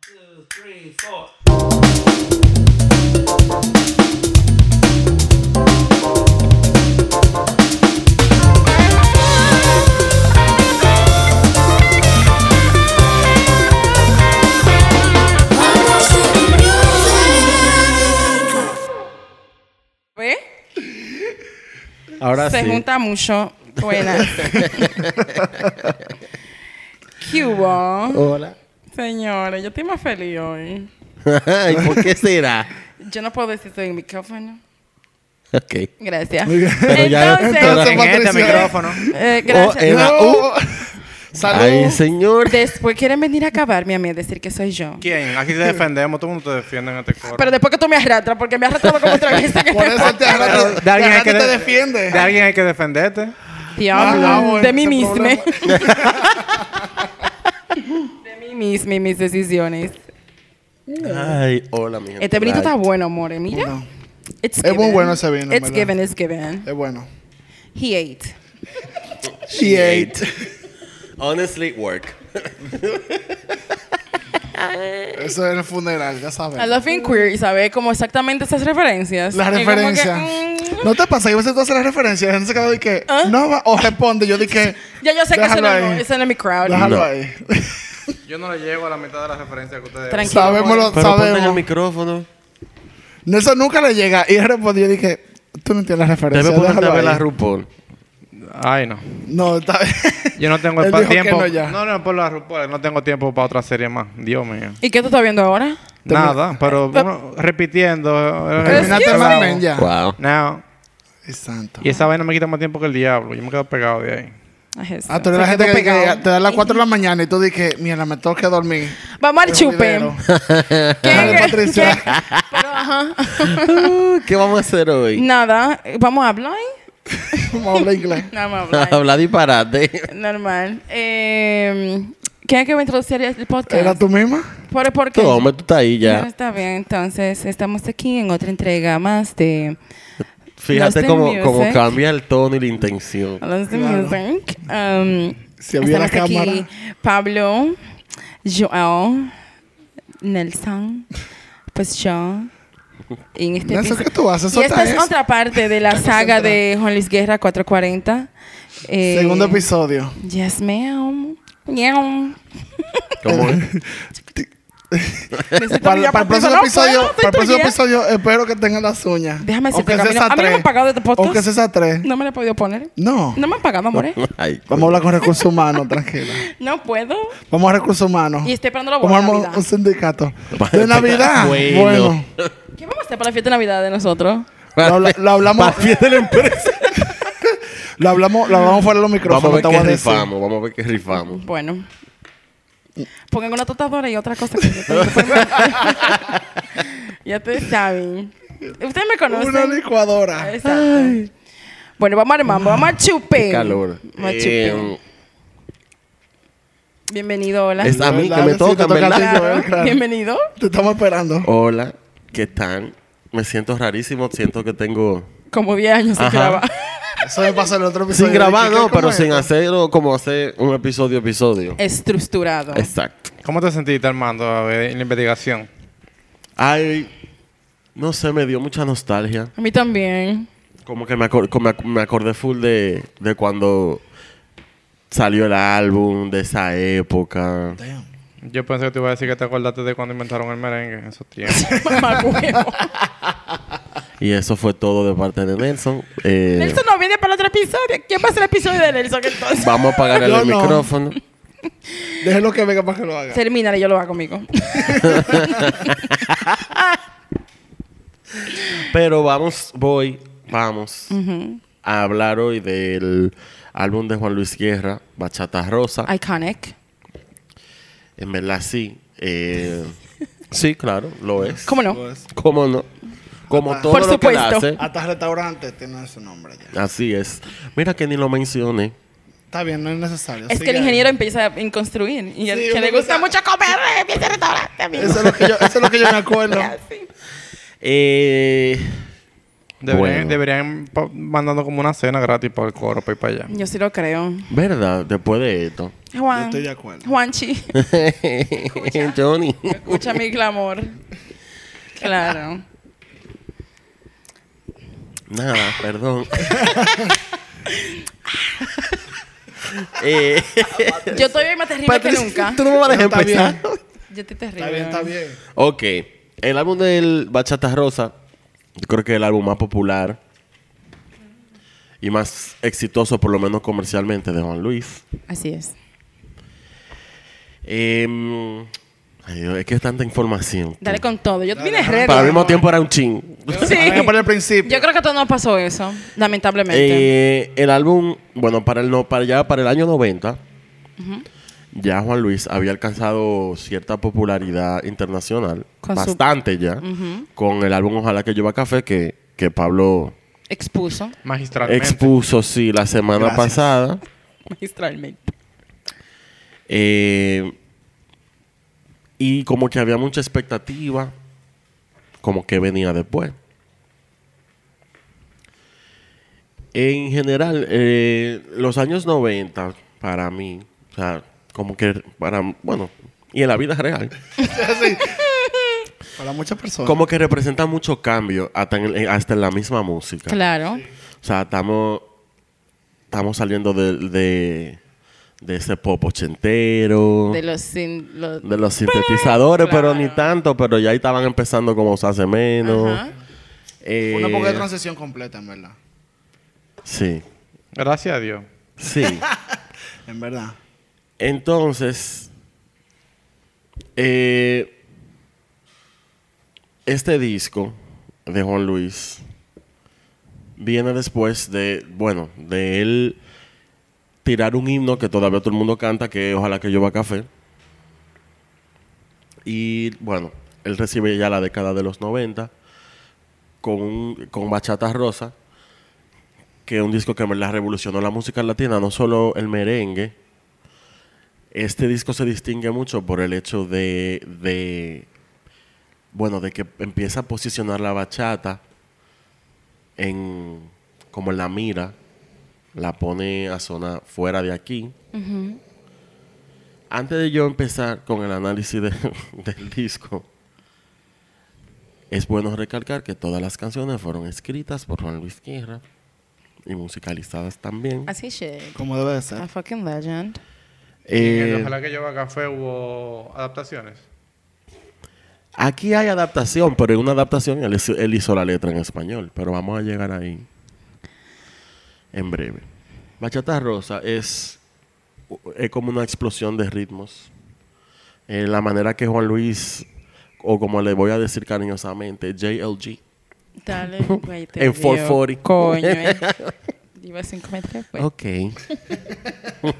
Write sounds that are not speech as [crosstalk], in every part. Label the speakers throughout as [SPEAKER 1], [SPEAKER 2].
[SPEAKER 1] two, three, four.
[SPEAKER 2] ¿Ve?
[SPEAKER 3] Ahora
[SPEAKER 2] Se
[SPEAKER 3] sí.
[SPEAKER 2] junta mucho.
[SPEAKER 3] [laughs]
[SPEAKER 2] Buenas. ¿Qué hubo?
[SPEAKER 3] Hola.
[SPEAKER 2] Señores, yo estoy más feliz hoy.
[SPEAKER 3] Ay, ¿Por [laughs] qué será?
[SPEAKER 2] Yo no puedo decir soy el micrófono.
[SPEAKER 3] Ok.
[SPEAKER 2] Gracias.
[SPEAKER 3] Pero ya-
[SPEAKER 4] Pero
[SPEAKER 3] Entonces,
[SPEAKER 4] se fue
[SPEAKER 2] Entonces,
[SPEAKER 5] en este
[SPEAKER 4] Patricia.
[SPEAKER 5] micrófono.
[SPEAKER 2] eh, gracias.
[SPEAKER 3] Oh, eh, la-
[SPEAKER 4] No. Salud.
[SPEAKER 3] Ay, señor.
[SPEAKER 2] Después quieren venir a acabarme a mí a decir que soy yo.
[SPEAKER 5] ¿Quién? Aquí te defendemos, todo el mundo te defiende en este foro.
[SPEAKER 2] Pero después que tú me arrastras, porque me has arrastrado como
[SPEAKER 3] [laughs]
[SPEAKER 2] otra vez. en
[SPEAKER 4] Por
[SPEAKER 2] este [laughs]
[SPEAKER 4] eso te agarra-
[SPEAKER 5] de
[SPEAKER 4] te
[SPEAKER 5] alguien, hay
[SPEAKER 4] agarra
[SPEAKER 5] que
[SPEAKER 4] y te
[SPEAKER 5] de-
[SPEAKER 4] defiende.
[SPEAKER 5] de alguien hay que defenderte.
[SPEAKER 2] Diablo,
[SPEAKER 4] Ah, bueno,
[SPEAKER 2] de mí
[SPEAKER 4] ese
[SPEAKER 2] misma.
[SPEAKER 4] problema. [laughs]
[SPEAKER 2] de mí misma y mis decisiones.
[SPEAKER 3] Ay, hola, mi gente.
[SPEAKER 2] Este vinito está
[SPEAKER 3] Ay.
[SPEAKER 2] bueno, more. Mira. It's
[SPEAKER 4] Es muy
[SPEAKER 2] given.
[SPEAKER 4] bueno ese vino, en
[SPEAKER 2] It's
[SPEAKER 4] verdad.
[SPEAKER 2] given, it's given.
[SPEAKER 4] Es bueno.
[SPEAKER 2] He ate.
[SPEAKER 4] She ate.
[SPEAKER 3] Honestly, work.
[SPEAKER 4] Eso es el funeral, ya sabes.
[SPEAKER 2] I love being queer y saber como exactamente esas referencias.
[SPEAKER 4] Las
[SPEAKER 2] Y como que,
[SPEAKER 4] referencias.
[SPEAKER 2] mm,
[SPEAKER 4] ¿No te pasa que a veces tú haces las referencias? La gente se queda de que no va- o responde. Yo dije,
[SPEAKER 2] ya yo sé que ese
[SPEAKER 4] Déjalo
[SPEAKER 2] no es-
[SPEAKER 4] ahí.
[SPEAKER 2] ese no es mi crowd.
[SPEAKER 4] déjalo
[SPEAKER 3] No.
[SPEAKER 4] ahí.
[SPEAKER 5] Yo no le llego a la mitad de las referencias que ustedes.
[SPEAKER 2] Tranquilo.
[SPEAKER 4] Sabémoslo,
[SPEAKER 3] Pero ponte en el
[SPEAKER 4] sabemos.
[SPEAKER 3] micrófono.
[SPEAKER 4] Nelson nunca le llega. Y él respondió, yo dije, tú no entiendes las
[SPEAKER 3] Debe
[SPEAKER 4] referencias.
[SPEAKER 3] ponerte a
[SPEAKER 4] déjalo
[SPEAKER 3] ver la
[SPEAKER 4] ahí.
[SPEAKER 3] RuPaul.
[SPEAKER 5] Ay, no.
[SPEAKER 4] No, está bien.
[SPEAKER 5] Yo no tengo
[SPEAKER 4] [laughs] Él
[SPEAKER 5] pa-
[SPEAKER 4] dijo que
[SPEAKER 5] tiempo.
[SPEAKER 4] no ya.
[SPEAKER 5] no, no, por las RuPaul, no tengo tiempo para otra serie más. Dios mío.
[SPEAKER 2] ¿Y qué tú estás viendo ahora?
[SPEAKER 5] Nada, pero bueno, repitiendo. eh,
[SPEAKER 4] Terminaste
[SPEAKER 5] eh,
[SPEAKER 4] Mad Men ya.
[SPEAKER 3] Wow.
[SPEAKER 5] No.
[SPEAKER 4] Ay, santo.
[SPEAKER 5] Y esa vaina me quita más tiempo que el diablo. Yo me quedo pegado de ahí.
[SPEAKER 2] Ay, eso.
[SPEAKER 4] Ah, tú eres la
[SPEAKER 2] Se
[SPEAKER 4] gente
[SPEAKER 2] quedó
[SPEAKER 4] que, que
[SPEAKER 2] pegado.
[SPEAKER 4] te da las 4 de la mañana y tú dije, mira, me tengo que dormir.
[SPEAKER 2] Vamos al chupe.
[SPEAKER 4] Olvidero. Dale,
[SPEAKER 2] ¿Qué-
[SPEAKER 4] Patricia.
[SPEAKER 2] qué- Pero, ajá. [laughs]
[SPEAKER 3] Uh, ¿Qué vamos a hacer hoy?
[SPEAKER 2] Nada, vamos a hablar.
[SPEAKER 4] Como habla inglés.
[SPEAKER 2] No, vamos a hablar.
[SPEAKER 3] [laughs] Habla disparate.
[SPEAKER 2] Normal. Eh, ¿Quién es que va a introducir el podcast?
[SPEAKER 4] ¿Era tú misma?
[SPEAKER 2] ¿Por, por qué?
[SPEAKER 3] Tú, hombre, tú estás ahí
[SPEAKER 2] Bueno,
[SPEAKER 3] ya.
[SPEAKER 2] está bien, entonces estamos aquí en otra entrega más de
[SPEAKER 3] Fíjate
[SPEAKER 2] Lost in
[SPEAKER 3] cómo,
[SPEAKER 2] Music.
[SPEAKER 3] cómo cambia el tono y la intención.
[SPEAKER 2] Lost in Music. Um,
[SPEAKER 4] Si había la
[SPEAKER 2] estamos aquí
[SPEAKER 4] cámara.
[SPEAKER 2] Pablo, Joao, Nelson, pues yo. y En este
[SPEAKER 4] Nelson,
[SPEAKER 2] episodio-
[SPEAKER 4] ¿qué tú haces?
[SPEAKER 2] Y esta
[SPEAKER 4] Otra
[SPEAKER 2] es
[SPEAKER 4] vez.
[SPEAKER 2] otra parte de la saga de Juan Luis Guerra 440. Eh,
[SPEAKER 4] Segundo episodio.
[SPEAKER 2] Yes, ma'am. Miau.
[SPEAKER 3] ¿Cómo es?
[SPEAKER 2] [laughs] Necesito
[SPEAKER 4] Para,
[SPEAKER 2] mirar
[SPEAKER 4] para el
[SPEAKER 2] porque
[SPEAKER 4] próximo
[SPEAKER 2] no
[SPEAKER 4] episodio,
[SPEAKER 2] puedo,
[SPEAKER 4] para el próximo
[SPEAKER 2] estoy
[SPEAKER 4] episodio, espero que tengan las uñas.
[SPEAKER 2] Déjame decirte,
[SPEAKER 4] Aunque sea
[SPEAKER 2] Camilo,
[SPEAKER 4] esas
[SPEAKER 2] a mí no me han
[SPEAKER 4] tres.
[SPEAKER 2] pagado este podcast.
[SPEAKER 4] Aunque sea esas tres.
[SPEAKER 2] llena. No me lo he podido poner.
[SPEAKER 4] No.
[SPEAKER 2] No me han pagado, amores.
[SPEAKER 3] Ay,
[SPEAKER 4] Vamos a hablar con recursos
[SPEAKER 2] [laughs]
[SPEAKER 4] humanos, tranquila.
[SPEAKER 2] No puedo.
[SPEAKER 4] Vamos a recursos humanos.
[SPEAKER 2] Y estoy esperando la
[SPEAKER 4] Vamos a
[SPEAKER 2] boda de
[SPEAKER 4] armar
[SPEAKER 2] Navidad.
[SPEAKER 4] un sindicato. De Navidad.
[SPEAKER 3] Bueno.
[SPEAKER 4] bueno.
[SPEAKER 2] ¿Qué vamos a hacer para la fiesta de Navidad de nosotros?
[SPEAKER 3] pues,
[SPEAKER 4] Lo, habla- lo hablamos,
[SPEAKER 3] Para pie de la empresa.
[SPEAKER 4] lo hablamos, lo hablamos fuera de los micrófonos.
[SPEAKER 3] Vamos a ver
[SPEAKER 4] te voy
[SPEAKER 3] qué
[SPEAKER 4] a decir.
[SPEAKER 3] rifamos. Vamos a ver qué rifamos.
[SPEAKER 2] Bueno. Pongan una tostadora y otra cosa que yo tengo que
[SPEAKER 3] [laughs]
[SPEAKER 2] poner. Ya ustedes saben. Ustedes me
[SPEAKER 4] Una
[SPEAKER 2] conocen.
[SPEAKER 4] licuadora.
[SPEAKER 2] Exacto. Bueno, vamos al mambo. Vamos al chupe.
[SPEAKER 3] Qué calor.
[SPEAKER 2] Vamos al
[SPEAKER 3] Eh,
[SPEAKER 2] chupe. Bienvenido, hola.
[SPEAKER 3] es a mí que
[SPEAKER 4] ¿Verdad?
[SPEAKER 3] me
[SPEAKER 4] Sí,
[SPEAKER 3] toca,
[SPEAKER 4] te toca a ti,
[SPEAKER 3] ¿verdad?
[SPEAKER 4] Joel,
[SPEAKER 2] Claro.
[SPEAKER 4] eh, claro.
[SPEAKER 2] [laughs] Bienvenido.
[SPEAKER 4] Te estamos esperando.
[SPEAKER 3] Hola, ¿qué tal? Me siento rarísimo. Siento que tengo...
[SPEAKER 2] Como 10 años sin
[SPEAKER 3] Ajá.
[SPEAKER 2] grabar.
[SPEAKER 4] Eso me pasa en el otro episodio.
[SPEAKER 3] Sin grabar,
[SPEAKER 4] Pues, ¿Qué-
[SPEAKER 3] no,
[SPEAKER 4] cómo
[SPEAKER 3] pero
[SPEAKER 4] es?
[SPEAKER 3] sin hacerlo como hacer un episodio episodio.
[SPEAKER 2] Estructurado.
[SPEAKER 3] Exacto.
[SPEAKER 5] ¿Cómo te sentiste, Armando, a ver, en la investigación?
[SPEAKER 3] Ay, no sé, me dio mucha nostalgia.
[SPEAKER 2] A mí también.
[SPEAKER 3] [laughs] Como que me, acor- como me ac- me acordé full de, de cuando salió el álbum, de esa época.
[SPEAKER 5] Yo pensé que te iba a decir que te acordaste de cuando inventaron el merengue en esos tiempos.
[SPEAKER 2] Mamá huevo.
[SPEAKER 3] Y eso fue todo de parte de Nelson. Eh,
[SPEAKER 2] Nelson no viene para el otro episodio. ¿Quién va a hacer el episodio de Nelson entonces?
[SPEAKER 3] Vamos a apagar el
[SPEAKER 4] Yo no.
[SPEAKER 3] micrófono.
[SPEAKER 4] Déjelo que venga para que lo haga.
[SPEAKER 2] Termínale, yo lo hago conmigo.
[SPEAKER 3] Pero vamos, voy, vamos a hablar hoy del álbum de Juan Luis Guerra, Bachata Rosa.
[SPEAKER 2] Iconic.
[SPEAKER 3] En verdad, sí. Eh, [laughs] sí, claro, lo es.
[SPEAKER 2] ¿Cómo no?
[SPEAKER 3] ¿Cómo no? Como todo
[SPEAKER 2] Por
[SPEAKER 3] lo que él
[SPEAKER 2] supuesto.
[SPEAKER 3] hace.
[SPEAKER 4] Pues, Hasta restaurante tiene su nombre ya.
[SPEAKER 3] Así es. Mira que ni lo mencioné.
[SPEAKER 4] Está bien, no es necesario.
[SPEAKER 2] Es que el
[SPEAKER 4] Sigue ahí.
[SPEAKER 2] ingeniero empieza a construir. Y el
[SPEAKER 4] Sí,
[SPEAKER 2] que
[SPEAKER 4] uno
[SPEAKER 2] le gusta
[SPEAKER 4] empieza-
[SPEAKER 2] mucho comer, eh, empieza el [laughs] restaurante. amigo. [laughs]
[SPEAKER 4] Eso es lo que yo, eso es lo que yo me acuerdo.
[SPEAKER 3] Eh,
[SPEAKER 5] Deberían,
[SPEAKER 3] Bueno.
[SPEAKER 5] deberían pa- mandando como una cena gratis para el coro, para ir para allá.
[SPEAKER 2] Yo sí lo creo.
[SPEAKER 3] ¿Verdad? Después de esto.
[SPEAKER 2] Juan.
[SPEAKER 4] Yo estoy de acuerdo.
[SPEAKER 2] Juanchi.
[SPEAKER 3] [laughs] Johnny.
[SPEAKER 2] Escucha mi clamor. Claro.
[SPEAKER 3] Nada, [laughs] perdón. eh,
[SPEAKER 2] Yo todavía más terrible que nunca.
[SPEAKER 3] Tú no me vas a dejar
[SPEAKER 4] Está bien.
[SPEAKER 3] empezar.
[SPEAKER 2] Yo estoy terrible.
[SPEAKER 4] Está bien, está bien.
[SPEAKER 3] Ok. El álbum del Bachata Rosa, yo creo que es el álbum más popular y más exitoso, por lo menos comercialmente, de Juan Luis.
[SPEAKER 2] Así es.
[SPEAKER 3] Em, ay, Dios, es que es tanta información.
[SPEAKER 2] Dale con todo. Yo vine ready.
[SPEAKER 3] Para el mismo tiempo era un ching.
[SPEAKER 2] Sí.
[SPEAKER 4] Hay que poner el principio.
[SPEAKER 2] Yo creo que a todos nos pasó eso, lamentablemente.
[SPEAKER 3] Eh, el álbum, bueno, para el no, para ya para el año 90, ya Juan Luis había alcanzado cierta popularidad internacional,
[SPEAKER 2] Con su-
[SPEAKER 3] bastante ya, con el álbum Ojalá que lleva café que, que Pablo
[SPEAKER 2] Expuso
[SPEAKER 5] Magistralmente.
[SPEAKER 3] expuso sí la semana
[SPEAKER 4] Gracias.
[SPEAKER 3] pasada.
[SPEAKER 2] magistralmente.
[SPEAKER 3] Eh, y como que había mucha expectativa, como que venía después. En general, eh, los años 90, para mí, o sea, como que para, bueno, y en la vida real,
[SPEAKER 4] Sí. Para muchas personas.
[SPEAKER 3] como que representa mucho cambio hasta en, en- hasta en la misma música.
[SPEAKER 2] Claro.
[SPEAKER 3] O sea, estamos estamos saliendo de, de, de ese pop ochentero.
[SPEAKER 2] De los sin. los-
[SPEAKER 3] De los sintetizadores, pero
[SPEAKER 2] Claro.
[SPEAKER 3] ni tanto, pero ya ahí estaban empezando como a usarse menos.
[SPEAKER 2] Ajá.
[SPEAKER 3] Eh,
[SPEAKER 4] Una poca de transición completa, en verdad.
[SPEAKER 3] Sí,
[SPEAKER 5] Gracias a Dios.
[SPEAKER 3] sí.
[SPEAKER 4] En verdad.
[SPEAKER 3] Entonces, eh, este disco de Juan Luis viene después de, bueno, de él tirar un himno que todavía todo el mundo canta, que es ojalá que lleva café. Y bueno, él recibe ya la década de los 90 con, un- con Bachata Rosa, que es un disco que en verdad revolucionó la música latina, no solo el merengue. Este disco se distingue mucho por el hecho de, de bueno, de que empieza a posicionar la bachata en como en la mira, la pone a sonar fuera de aquí. Antes de yo empezar con el análisis de- [laughs] del disco, es bueno recalcar que todas las canciones fueron escritas por Juan Luis Guerra y musicalizadas también.
[SPEAKER 2] Así shit.
[SPEAKER 4] Como debe de
[SPEAKER 2] A
[SPEAKER 4] ser.
[SPEAKER 2] fucking legend.
[SPEAKER 5] Y en
[SPEAKER 3] Eh,
[SPEAKER 5] el Ojalá que lleva café hubo adaptaciones.
[SPEAKER 3] Aquí hay adaptación, pero en una adaptación él, hizo- él hizo la letra en español. Pero vamos a llegar ahí en breve. Bachata Rosa es, es como una explosión de ritmos. Eh, la manera que Juan Luis, o como le voy a decir cariñosamente, JLG,
[SPEAKER 2] Dale, güey. te
[SPEAKER 3] En
[SPEAKER 2] dio.
[SPEAKER 3] 440.
[SPEAKER 2] Coño,
[SPEAKER 3] [laughs]
[SPEAKER 2] eh. Iba a 5.3, pues.
[SPEAKER 3] Ok. [laughs]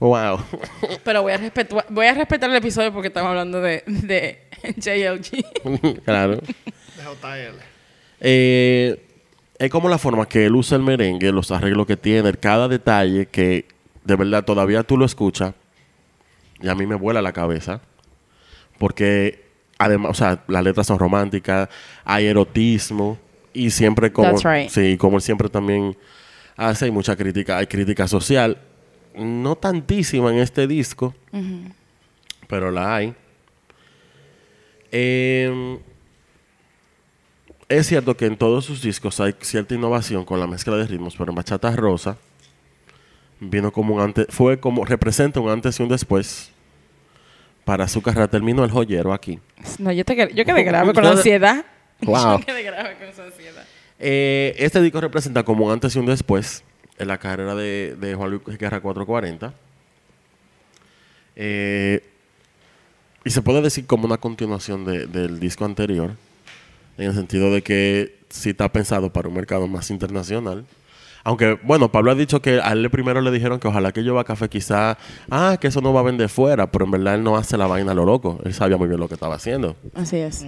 [SPEAKER 3] wow.
[SPEAKER 2] Pero voy a, respetu- voy a respetar el episodio porque estamos hablando de, de [laughs] JLG.
[SPEAKER 3] [laughs] claro.
[SPEAKER 4] De JL.
[SPEAKER 3] Eh, es como la forma que él usa el merengue, los arreglos que tiene, cada detalle que de verdad todavía tú lo escuchas y a mí me vuela la cabeza. Porque además, o sea, las letras son románticas, hay erotismo y siempre como,
[SPEAKER 2] That's right.
[SPEAKER 3] sí, como él siempre también hace, hay mucha crítica, hay crítica social, no tantísima en este disco, pero la hay. Em, es cierto que en todos sus discos hay cierta innovación con la mezcla de ritmos, pero en Bachata Rosa vino como un antes, fue como, representa un antes y un después para su carrera. Termino el joyero aquí.
[SPEAKER 2] No, yo, te, qued- yo quedé grave con la
[SPEAKER 3] Yo-
[SPEAKER 2] ansiedad. [laughs]
[SPEAKER 3] Wow.
[SPEAKER 2] Yo quedé grave con esa ansiedad.
[SPEAKER 3] Eh, este disco representa como un antes y un después en la carrera de, de Juan Luis Guerra 440. Eh, y se puede decir como una continuación de- del disco anterior, en el sentido de que sí está pensado para un mercado más internacional. Aunque, bueno, Pablo ha dicho que a él le- primero le dijeron que ojalá que lleva café, quizá, ah, que eso no va a vender fuera, pero en verdad él no hace la vaina a lo loco, él sabía muy bien lo que estaba haciendo.
[SPEAKER 2] Así es.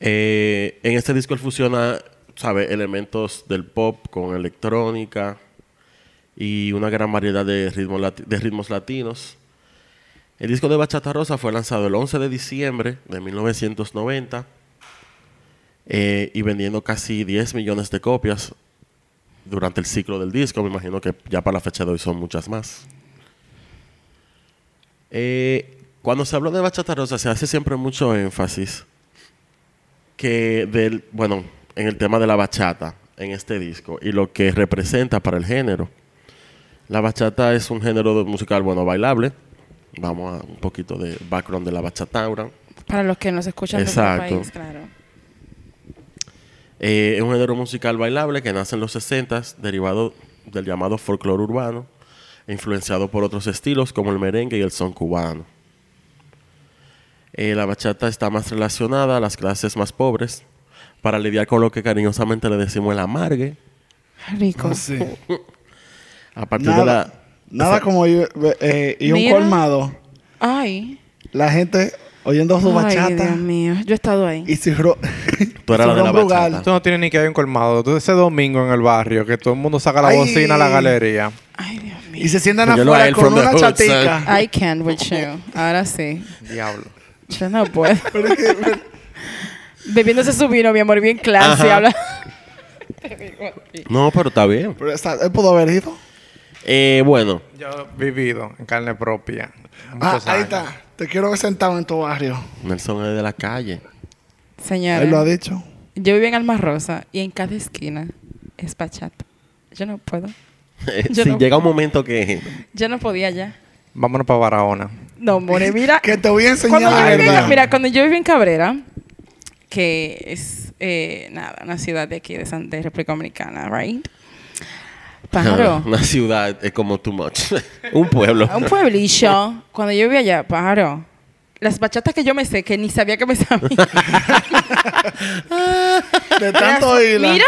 [SPEAKER 3] Eh, en este disco él fusiona, sabe, elementos del pop con electrónica y una gran variedad de ritmos, lati- de ritmos latinos. El disco de Bachata Rosa fue lanzado el 11 de diciembre de 1990 eh, y vendiendo casi 10 millones de copias durante el ciclo del disco. Me imagino que ya para la fecha de hoy son muchas más. Eh, cuando se habla de bachata rosa se hace siempre mucho énfasis que del, bueno, en el tema de la bachata en este disco y lo que representa para el género. La bachata es un género de- musical, bueno, bailable. Vamos a un poquito de background de la bachataura.
[SPEAKER 2] Para los que nos escuchan de otro
[SPEAKER 3] Exacto.
[SPEAKER 2] país, claro.
[SPEAKER 3] Eh, es un género musical bailable que nace en los 60 derivado del llamado folclore urbano, e influenciado por otros estilos como el merengue y el son cubano. Eh, la bachata está más relacionada a las clases más pobres para lidiar con lo que cariñosamente le decimos el amargue.
[SPEAKER 2] Rico.
[SPEAKER 4] No sé.
[SPEAKER 3] A partir de
[SPEAKER 4] Nada,
[SPEAKER 3] la.
[SPEAKER 4] nada como ir, eh, ir a un
[SPEAKER 2] Mira.
[SPEAKER 4] colmado.
[SPEAKER 2] Ay.
[SPEAKER 4] La gente oyendo su
[SPEAKER 2] Ay,
[SPEAKER 4] bachata
[SPEAKER 2] Dios mío. Yo he estado ahí.
[SPEAKER 4] y si ro-
[SPEAKER 3] Tú
[SPEAKER 4] [laughs]
[SPEAKER 3] eras
[SPEAKER 4] su
[SPEAKER 3] la de la
[SPEAKER 4] ron brugal.
[SPEAKER 3] bachata.
[SPEAKER 5] Tú no tienes ni que ir a un colmado. Tú ese domingo en el barrio que todo el mundo saca la
[SPEAKER 4] Ay.
[SPEAKER 5] bocina a la galería.
[SPEAKER 2] Ay, Dios mío.
[SPEAKER 4] y se sientan
[SPEAKER 3] Óyelo a
[SPEAKER 4] afuera
[SPEAKER 3] él
[SPEAKER 4] con
[SPEAKER 3] from the
[SPEAKER 4] una
[SPEAKER 3] hood,
[SPEAKER 4] chatica.
[SPEAKER 2] I can't with you. Ahora sí.
[SPEAKER 5] Diablo.
[SPEAKER 2] Yo no
[SPEAKER 4] [laughs]
[SPEAKER 2] puedo. Bebiéndose su vino, mi amor, bien clase.
[SPEAKER 3] Ajá.
[SPEAKER 2] Habla.
[SPEAKER 4] [laughs]
[SPEAKER 2] Te digo a ti.
[SPEAKER 3] No, pero está bien.
[SPEAKER 4] Pero está- él pudo haber ido.
[SPEAKER 3] Eh, bueno,
[SPEAKER 5] Yo he vivido en carne propia.
[SPEAKER 4] Ah,
[SPEAKER 5] muchos
[SPEAKER 4] ahí
[SPEAKER 5] años.
[SPEAKER 4] está. Te quiero ver sentado en tu barrio.
[SPEAKER 3] Nelson es de la
[SPEAKER 4] [laughs]
[SPEAKER 3] calle.
[SPEAKER 4] Él lo ha
[SPEAKER 2] Señora,
[SPEAKER 4] dicho.
[SPEAKER 2] yo vivo en Alma Rosa y en cada esquina es bachata. Yo no puedo. Yo
[SPEAKER 3] si
[SPEAKER 2] no.
[SPEAKER 3] llega un momento que.
[SPEAKER 2] Yo no podía ya.
[SPEAKER 5] Vámonos para Barahona.
[SPEAKER 2] No, more,
[SPEAKER 4] [laughs]
[SPEAKER 2] mira.
[SPEAKER 4] Que te voy a enseñar
[SPEAKER 2] Cuando
[SPEAKER 4] la
[SPEAKER 2] yo vivía en-
[SPEAKER 4] verdad.
[SPEAKER 2] mira, cuando yo viví en Cabrera, que es, eh, nada, una ciudad de aquí de, San, de República Dominicana, right? Pájaro.
[SPEAKER 3] [laughs] Una ciudad es como too much. [laughs] un pueblo.
[SPEAKER 2] [laughs] A un pueblillo. Cuando yo vivía allá, pájaro. Las bachatas que yo me sé, que ni sabía que me
[SPEAKER 4] [laughs]
[SPEAKER 2] sabía.
[SPEAKER 4] De tanto
[SPEAKER 2] Las-
[SPEAKER 4] oírla.
[SPEAKER 2] Mira.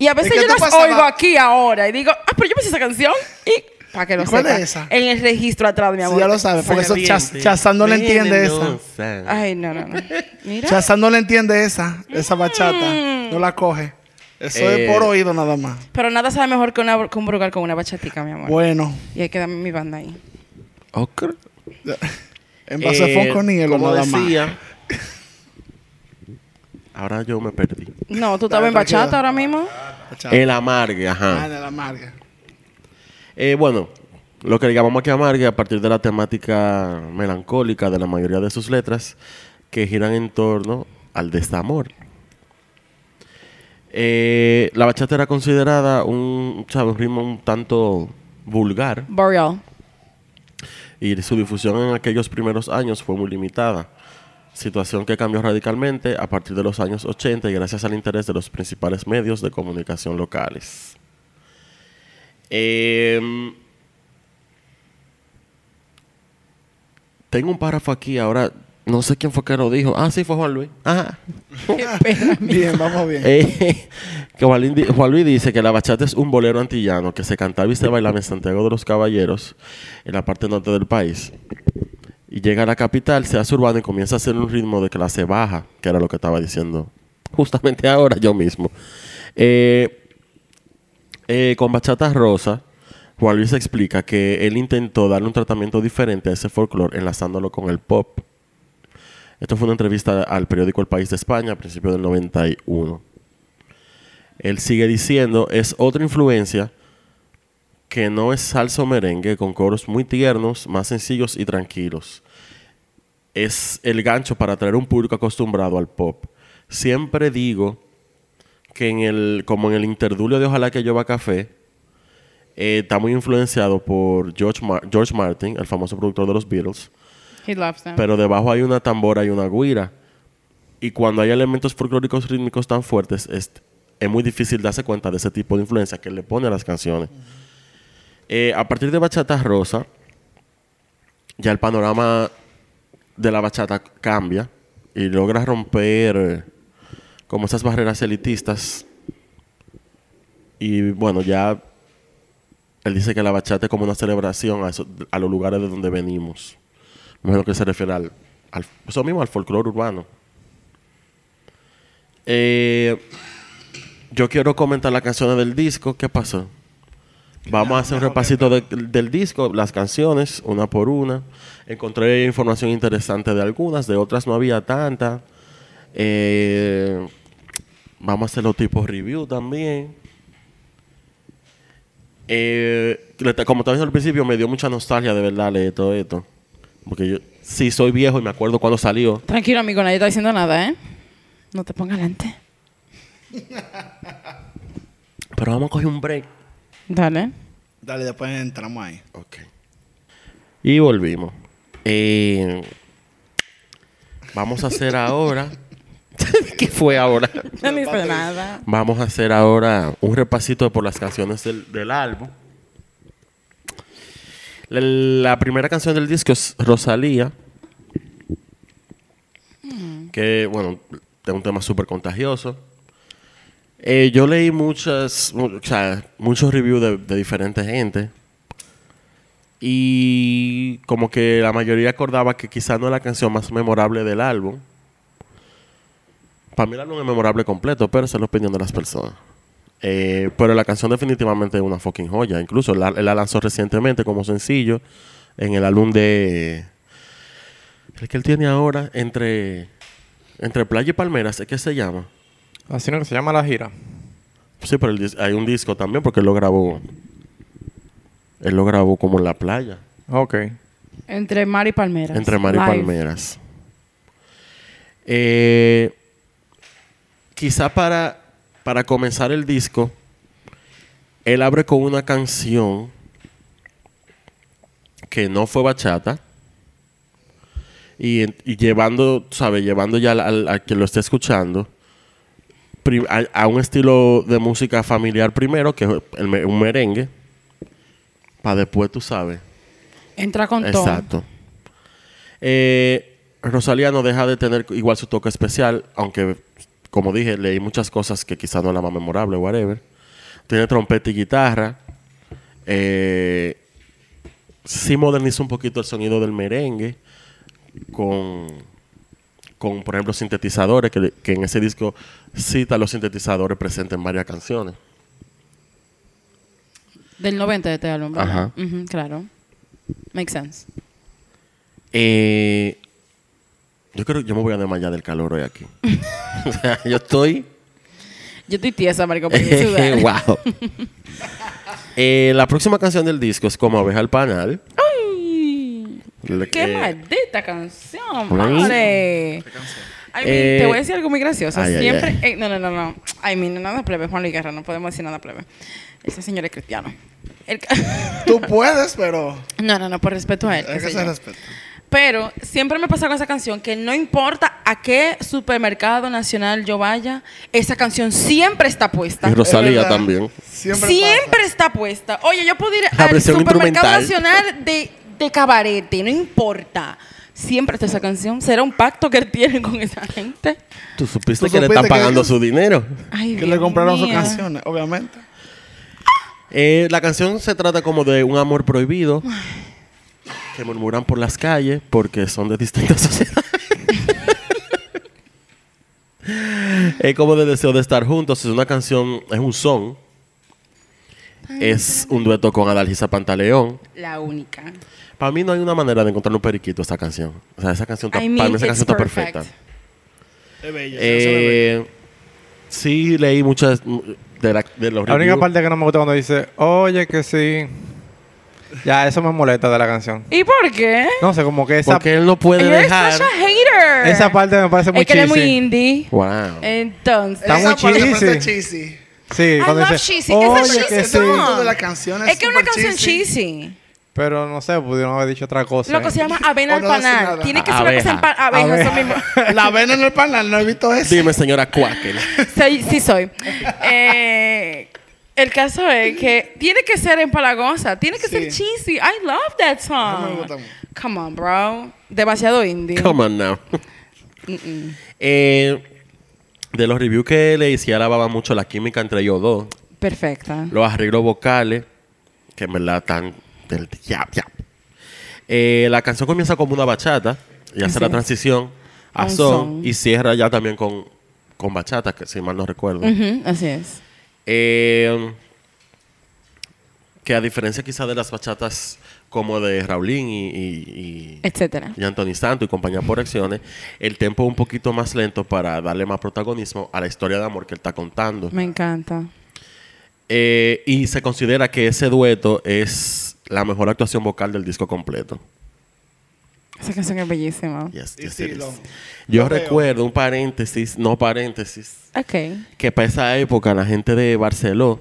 [SPEAKER 2] Y a veces
[SPEAKER 4] qué
[SPEAKER 2] yo
[SPEAKER 4] te
[SPEAKER 2] las
[SPEAKER 4] pasaba?
[SPEAKER 2] oigo aquí ahora y digo, ah, pero yo me sé esa canción. Y para que lo
[SPEAKER 4] ¿Y cuál
[SPEAKER 2] sepa,
[SPEAKER 4] es esa?
[SPEAKER 2] En el registro atrás, mi
[SPEAKER 4] Sí,
[SPEAKER 2] amor.
[SPEAKER 4] ya lo sabes, porque eso Chaz- Chazán no le entiende esa. ah.
[SPEAKER 2] Ay, no, no, no. Mira.
[SPEAKER 4] Chazán no le entiende esa, esa bachata. No la coge. Eso
[SPEAKER 3] Eh.
[SPEAKER 4] es por oído nada más.
[SPEAKER 2] Pero nada sabe mejor que, una, que un brugal con una bachatica, mi amor.
[SPEAKER 4] Bueno,
[SPEAKER 2] Y hay que darme mi banda ahí.
[SPEAKER 3] Ocre.
[SPEAKER 4] en base a
[SPEAKER 3] Eh,
[SPEAKER 4] foco ni hielo
[SPEAKER 3] como
[SPEAKER 4] nada más.
[SPEAKER 3] decía, [laughs] ahora yo me perdí.
[SPEAKER 2] No, tú estabas en
[SPEAKER 4] tranquila.
[SPEAKER 2] bachata ahora mismo.
[SPEAKER 4] Bachata.
[SPEAKER 3] El amargue, ajá.
[SPEAKER 4] Ah, de la amarga.
[SPEAKER 3] Eh, bueno, lo que llamamos aquí amargue, a partir de la temática melancólica de la mayoría de sus letras, que giran en torno al desamor. Eh, la bachata era considerada un, ¿sabes? un ritmo un tanto vulgar
[SPEAKER 2] Boreal.
[SPEAKER 3] y su difusión en aquellos primeros años fue muy limitada, situación que cambió radicalmente a partir de los años 80 y gracias al interés de los principales medios de comunicación locales. Em, tengo un párrafo aquí ahora, no sé quién fue que lo dijo. Ah, sí, fue Juan Luis. Ajá.
[SPEAKER 2] Qué pena.
[SPEAKER 4] Ah, Bien, vamos bien.
[SPEAKER 3] Eh, [laughs] que Juan, Luis di- Juan Luis dice que la bachata es un bolero antillano que se cantaba y se bailaba en Santiago de los Caballeros, en la parte norte del país. Y llega a la capital, se hace urbano y comienza a hacer un ritmo de clase baja, que era lo que estaba diciendo justamente ahora yo mismo. Eh, eh, con Bachata Rosa, Juan Luis explica que él intentó darle un tratamiento diferente a ese folclore enlazándolo con el pop. Esto fue una entrevista al periódico El País de España a principios del 91. Él sigue diciendo, es otra influencia que no es salsa o merengue, con coros muy tiernos, más sencillos y tranquilos. Es el gancho para atraer un público acostumbrado al pop. Siempre digo que en el, como en el interdulio de Ojalá que lleva café, eh, está muy influenciado por George, Mar- George Martin, el famoso productor de los Beatles,
[SPEAKER 2] He loves them.
[SPEAKER 3] pero debajo hay una tambora y una guira. Y cuando hay elementos folclóricos rítmicos tan fuertes, es, es muy difícil darse cuenta de ese tipo de influencia que le pone a las canciones. Eh, a partir de Bachata Rosa, ya el panorama de la bachata cambia y logra romper eh, como esas barreras elitistas. Y bueno, ya él dice que la bachata es como una celebración a, eso- a los lugares de donde venimos. Me imagino que se refiere al, al- eso mismo, al folclore urbano. Eh, yo quiero comentar las canciones del disco. ¿Qué pasó? Vamos a hacer un repasito de- del disco, las canciones, una por una. Encontré información interesante de algunas, de otras no había tanta. Eh, Vamos a hacer los tipos review también. Eh, le- como te dije al principio, me dio mucha nostalgia de verdad leer todo esto. Porque yo sí soy viejo y me acuerdo cuando salió.
[SPEAKER 2] Tranquilo, amigo, nadie está diciendo nada, ¿eh? No te pongas lente.
[SPEAKER 3] Pero vamos a coger un break.
[SPEAKER 2] Dale.
[SPEAKER 4] Dale, después entramos ahí.
[SPEAKER 3] Ok. Y volvimos. Eh, vamos a hacer ahora. [laughs] ¿Qué fue ahora?
[SPEAKER 2] No le hice nada.
[SPEAKER 3] Vamos a hacer ahora un repasito por las canciones del, del álbum. La, la primera canción del disco es Rosalía. Que, bueno, es un tema súper contagioso. Eh, yo leí muchas, mu- o sea, muchos reviews de, de diferentes gente. Y como que la mayoría acordaba que quizás no es la canción más memorable del álbum. Para mí el álbum es memorable completo, pero esa es la opinión de las personas. Eh, pero la canción definitivamente es una fucking joya. Incluso la, él la lanzó recientemente como sencillo en el álbum de... El que él tiene ahora entre... Entre Playa y Palmeras, ¿qué se llama?
[SPEAKER 5] Así no que se llama la gira.
[SPEAKER 3] Sí, pero el dis- hay un disco también porque él lo grabó... Él lo grabó como en la playa.
[SPEAKER 5] Ok.
[SPEAKER 2] Entre Mar y Palmeras.
[SPEAKER 3] Entre Mar y
[SPEAKER 2] Live.
[SPEAKER 3] Palmeras. Eh, quizá para, para comenzar el disco, él abre con una canción que no fue bachata. Y, en- y llevando, ¿sabe? Llevando ya al, al- al que lo esté escuchando pri- a, a un estilo de música familiar primero, que es el me- un merengue, para después, tú sabes,
[SPEAKER 2] Entra con todo.
[SPEAKER 3] Exacto. Eh, Rosalía no deja de tener igual su toque especial, aunque, como dije, leí muchas cosas que quizás no es la más memorable, whatever. Tiene trompeta y guitarra. Eh, sí moderniza un poquito el sonido del merengue con, con por ejemplo, sintetizadores, que, que en ese disco cita los sintetizadores presentes en varias canciones.
[SPEAKER 2] Del 90 de este álbum, ¿verdad?
[SPEAKER 3] Ajá.
[SPEAKER 2] Ujú, claro. Makes sense.
[SPEAKER 3] Eh, yo creo que yo me voy a desmayar del calor hoy
[SPEAKER 4] [laughs]
[SPEAKER 3] aquí. o sea, yo estoy...
[SPEAKER 2] Yo estoy tiesa, marico, porque yo
[SPEAKER 3] [laughs]
[SPEAKER 2] sudar.
[SPEAKER 3] wow. Eh, la próxima canción del disco es Como abeja al panal.
[SPEAKER 2] ¡Ay!
[SPEAKER 3] Le-
[SPEAKER 2] ¡Qué
[SPEAKER 3] eh,
[SPEAKER 2] maldita canción,
[SPEAKER 3] Right.
[SPEAKER 2] madre! I mean,
[SPEAKER 3] Eh,
[SPEAKER 2] te voy a decir algo muy gracioso.
[SPEAKER 3] ay, ay,
[SPEAKER 2] Siempre.
[SPEAKER 3] ay.
[SPEAKER 2] eh, no, no, no, no. I mean, nada plebe, Juan Luis Guerra. No podemos decir nada plebe. Ese señor es cristiano. El ca- [laughs]
[SPEAKER 4] Tú puedes, pero
[SPEAKER 2] no, no, no, por respeto a él.
[SPEAKER 4] hay
[SPEAKER 2] qué
[SPEAKER 4] que
[SPEAKER 2] sé
[SPEAKER 4] se
[SPEAKER 2] yo.
[SPEAKER 4] respeta.
[SPEAKER 2] Pero siempre me pasa con esa canción que no importa a qué supermercado nacional yo vaya, esa canción siempre está puesta.
[SPEAKER 3] Y Rosalía
[SPEAKER 4] Es verdad.
[SPEAKER 3] también.
[SPEAKER 4] Siempre,
[SPEAKER 2] Siempre
[SPEAKER 4] pasa.
[SPEAKER 2] está puesta. Oye, yo puedo ir
[SPEAKER 3] La
[SPEAKER 2] al
[SPEAKER 3] versión
[SPEAKER 2] supermercado
[SPEAKER 3] instrumental.
[SPEAKER 2] nacional de, de cabarete, no importa. Siempre está esa canción. ¿Será un pacto que él tiene con esa gente?
[SPEAKER 3] ¿Tú supiste
[SPEAKER 4] ¿Tú
[SPEAKER 3] que
[SPEAKER 4] supiste
[SPEAKER 3] le están
[SPEAKER 4] que-
[SPEAKER 3] pagando su dinero?
[SPEAKER 2] Ay,
[SPEAKER 4] Que le
[SPEAKER 2] Dios
[SPEAKER 4] compraron sus
[SPEAKER 2] mío.
[SPEAKER 4] canciones, obviamente.
[SPEAKER 3] Eh, la canción se trata como de un amor prohibido que murmuran por las calles porque son de distintas [laughs] sociedades. es como de deseo de estar juntos. Es una canción, es un son. Es un dueto con Adalgisa Pantaleón.
[SPEAKER 2] La única.
[SPEAKER 3] Para mí no hay una manera de encontrar un periquito a esta canción. O sea, esa canción está,
[SPEAKER 2] I mean,
[SPEAKER 3] para mí esa
[SPEAKER 2] it's
[SPEAKER 3] canción está
[SPEAKER 2] perfect.
[SPEAKER 3] perfecta.
[SPEAKER 4] Es bella.
[SPEAKER 3] Eh, sí, leí muchas mm, de, la- de los
[SPEAKER 5] La única
[SPEAKER 3] reviews.
[SPEAKER 5] parte que no me gusta cuando dice, oye, que sí. Ya, eso me molesta de la canción.
[SPEAKER 2] ¿Y por qué?
[SPEAKER 5] No sé, como que esa,
[SPEAKER 3] Porque él no puede
[SPEAKER 2] You're
[SPEAKER 3] dejar.
[SPEAKER 2] such a hater.
[SPEAKER 5] esa parte me parece muy
[SPEAKER 2] Es que él es muy
[SPEAKER 5] cheesy.
[SPEAKER 2] indie.
[SPEAKER 3] Wow.
[SPEAKER 2] Entonces.
[SPEAKER 5] Está muy cheesy.
[SPEAKER 4] cheesy.
[SPEAKER 5] Sí,
[SPEAKER 2] I
[SPEAKER 5] cuando
[SPEAKER 2] love
[SPEAKER 5] dice,
[SPEAKER 2] cheesy.
[SPEAKER 5] oye,
[SPEAKER 2] Esa
[SPEAKER 5] que
[SPEAKER 2] cheesy
[SPEAKER 5] sí.
[SPEAKER 2] song.
[SPEAKER 4] de la canción es
[SPEAKER 2] es que es una
[SPEAKER 4] súper
[SPEAKER 2] canción
[SPEAKER 4] cheesy.
[SPEAKER 2] cheesy.
[SPEAKER 5] Pero no sé, pudieron haber dicho otra cosa.
[SPEAKER 2] Lo que
[SPEAKER 5] ¿eh?
[SPEAKER 2] se llama avena
[SPEAKER 4] O
[SPEAKER 2] al
[SPEAKER 4] no decir
[SPEAKER 2] panal.
[SPEAKER 4] nada.
[SPEAKER 2] Tiene que ser una cosa en
[SPEAKER 3] Abeja.
[SPEAKER 2] pan. Abeja, eso
[SPEAKER 5] Abeja.
[SPEAKER 2] mismo.
[SPEAKER 4] La ven en el panal, no he visto eso.
[SPEAKER 3] Dime, señora Quacker.
[SPEAKER 2] Sí,
[SPEAKER 4] [laughs]
[SPEAKER 2] sí soy. Eh, el caso es que tiene que ser empalagosa, tiene que
[SPEAKER 4] Sí.
[SPEAKER 2] ser cheesy. I love that song.
[SPEAKER 4] No me gusta mucho.
[SPEAKER 2] Come on, bro. Demasiado indie.
[SPEAKER 3] Come on now. Eh, de los reviews que leí, sí alababa mucho la química entre ellos dos.
[SPEAKER 2] Perfecta.
[SPEAKER 3] Los arreglos vocales, que en verdad están del ya, ya. Eh, la canción comienza como una bachata y hace
[SPEAKER 2] Así
[SPEAKER 3] la
[SPEAKER 2] es.
[SPEAKER 3] transición a
[SPEAKER 2] Un
[SPEAKER 3] son
[SPEAKER 2] son.
[SPEAKER 3] y cierra ya también con, con bachata, que si mal no recuerdo.
[SPEAKER 2] Ujú, así es.
[SPEAKER 3] Eh, que a diferencia quizá de las bachatas como de Raulín y, y- y-
[SPEAKER 2] etcétera.
[SPEAKER 3] y Anthony Santo y compañía por acciones, el tiempo es un poquito más lento para darle más protagonismo a la historia de amor que él está contando.
[SPEAKER 2] Me encanta.
[SPEAKER 3] Eh, y se considera que ese dueto es la mejor actuación vocal del disco completo.
[SPEAKER 2] Esa canción es bellísima.
[SPEAKER 3] Yes,
[SPEAKER 4] Y
[SPEAKER 3] yes,
[SPEAKER 4] sí,
[SPEAKER 3] it is.
[SPEAKER 4] lo-
[SPEAKER 3] Yo
[SPEAKER 4] lo veo.
[SPEAKER 3] recuerdo un paréntesis, no paréntesis,
[SPEAKER 2] Ok.
[SPEAKER 3] que para esa época la gente de Barceló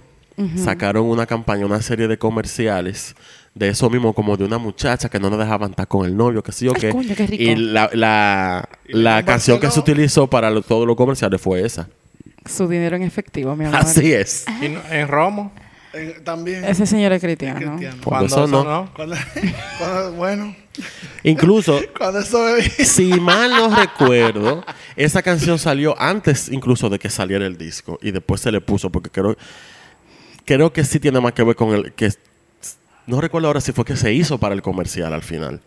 [SPEAKER 3] sacaron una campaña, una serie de comerciales de eso mismo, como de una muchacha que no la dejaban estar con el novio, que sí yo
[SPEAKER 2] Ay,
[SPEAKER 3] qué.
[SPEAKER 2] coño, qué rico.
[SPEAKER 3] Y la, la,
[SPEAKER 4] Y
[SPEAKER 3] la
[SPEAKER 4] en
[SPEAKER 3] canción que se
[SPEAKER 4] Barceló-
[SPEAKER 3] utilizó para lo- todos los comerciales fue esa.
[SPEAKER 2] Su dinero en efectivo, mi amor.
[SPEAKER 3] Así es.
[SPEAKER 5] Y no- en Romo.
[SPEAKER 4] Eh, también.
[SPEAKER 2] Ese señor es
[SPEAKER 4] es
[SPEAKER 2] cristiano.
[SPEAKER 4] cristiano.
[SPEAKER 5] Cuando
[SPEAKER 3] Cuando
[SPEAKER 5] eso
[SPEAKER 3] sonó.
[SPEAKER 5] no.
[SPEAKER 4] Cuando, [laughs] cuando- bueno,
[SPEAKER 3] Incluso
[SPEAKER 4] cuando eso bebí.
[SPEAKER 3] [laughs] Si mal no recuerdo, esa canción salió antes incluso de que saliera el disco y después se le puso porque creo, creo que sí tiene más que ver con el que no recuerdo ahora si fue que se hizo para el comercial al final,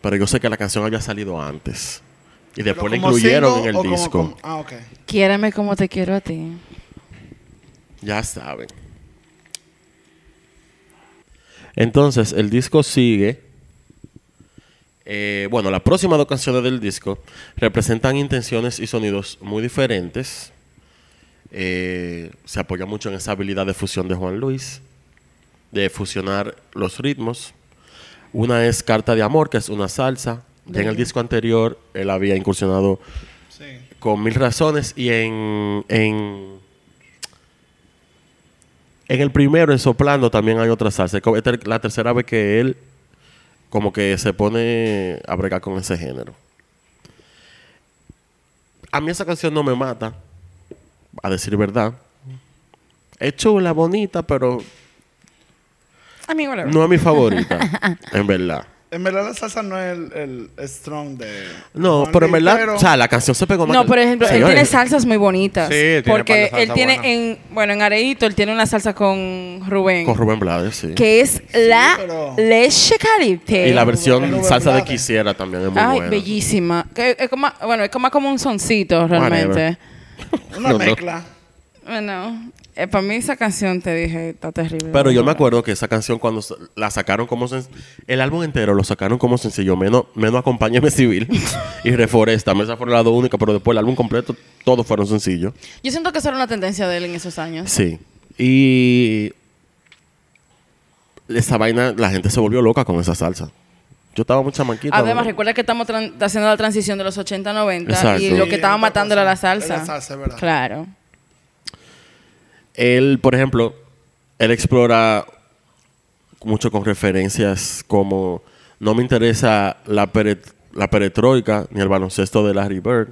[SPEAKER 3] pero yo sé que la canción había salido antes y después la
[SPEAKER 4] ¿Como
[SPEAKER 3] incluyeron
[SPEAKER 4] single
[SPEAKER 3] en
[SPEAKER 4] o
[SPEAKER 3] el
[SPEAKER 4] como-
[SPEAKER 3] disco.
[SPEAKER 4] como- ah, ok.
[SPEAKER 2] Quiéreme como te quiero a ti.
[SPEAKER 3] Ya saben. Entonces, el disco sigue. Eh, bueno, las próximas dos canciones del disco representan intenciones y sonidos muy diferentes. Eh, se apoya mucho en esa habilidad de fusión de Juan Luis, de fusionar los ritmos. Una es Carta de Amor, que es una salsa. Ya en el disco anterior él había incursionado
[SPEAKER 4] Sí.
[SPEAKER 3] con mil razones y en en en el primero en soplando también hay otra salsa Es como- esta es la tercera vez que él como que se pone a bregar con ese género a mí esa canción no me mata a decir verdad es chula bonita pero
[SPEAKER 2] A mí, whatever.
[SPEAKER 3] no es
[SPEAKER 2] [laughs]
[SPEAKER 3] mi favorita en verdad
[SPEAKER 4] En verdad la salsa no es el, el strong de...
[SPEAKER 3] no
[SPEAKER 4] Juan
[SPEAKER 3] pero en
[SPEAKER 4] Luis,
[SPEAKER 3] verdad
[SPEAKER 4] pero-
[SPEAKER 3] o sea la canción se pegó más
[SPEAKER 2] No,
[SPEAKER 3] que-
[SPEAKER 2] por ejemplo, él
[SPEAKER 3] Señores,
[SPEAKER 2] tiene salsas muy bonitas.
[SPEAKER 5] Sí, él tiene par de
[SPEAKER 2] porque
[SPEAKER 5] salsa
[SPEAKER 2] él tiene
[SPEAKER 5] buena.
[SPEAKER 2] en, bueno, en Areito, él tiene una salsa con Rubén,
[SPEAKER 3] con Rubén Blades sí
[SPEAKER 2] que es la
[SPEAKER 4] pero-
[SPEAKER 2] leche carité.
[SPEAKER 3] Y la versión
[SPEAKER 4] Rubén
[SPEAKER 3] salsa de
[SPEAKER 4] Blades.
[SPEAKER 3] quisiera también es muy
[SPEAKER 2] Ay,
[SPEAKER 3] buena.
[SPEAKER 2] bellísima. Que es como, bueno, es como, como un soncito realmente.
[SPEAKER 4] Una
[SPEAKER 3] No, no.
[SPEAKER 4] mezcla.
[SPEAKER 2] Bueno, eh, para mí esa canción, te dije, está terrible.
[SPEAKER 3] Pero yo me acuerdo que esa canción cuando sa- la sacaron como sen- el álbum entero lo sacaron como sencillo, menos menos acompáñame civil y reforesta, esa fue la dos única, pero después el álbum completo todos fueron sencillos.
[SPEAKER 2] Yo siento que eso era una tendencia de él en esos años.
[SPEAKER 3] Sí. Y esa vaina la gente se volvió loca con esa salsa. Yo estaba muy chamaquito.
[SPEAKER 2] Además,
[SPEAKER 3] ¿no?
[SPEAKER 2] recuerda que estamos tran- haciendo la transición de los 80 a 90 y
[SPEAKER 3] Exacto.
[SPEAKER 2] lo
[SPEAKER 3] Sí,
[SPEAKER 2] que estaba
[SPEAKER 4] otra
[SPEAKER 2] matando era
[SPEAKER 4] cosa.
[SPEAKER 2] la salsa.
[SPEAKER 4] Era la salsa, es verdad.
[SPEAKER 2] Claro.
[SPEAKER 3] Él, por ejemplo, él explora mucho con referencias como no me interesa la, pere- la peretroika ni el baloncesto de Larry Bird.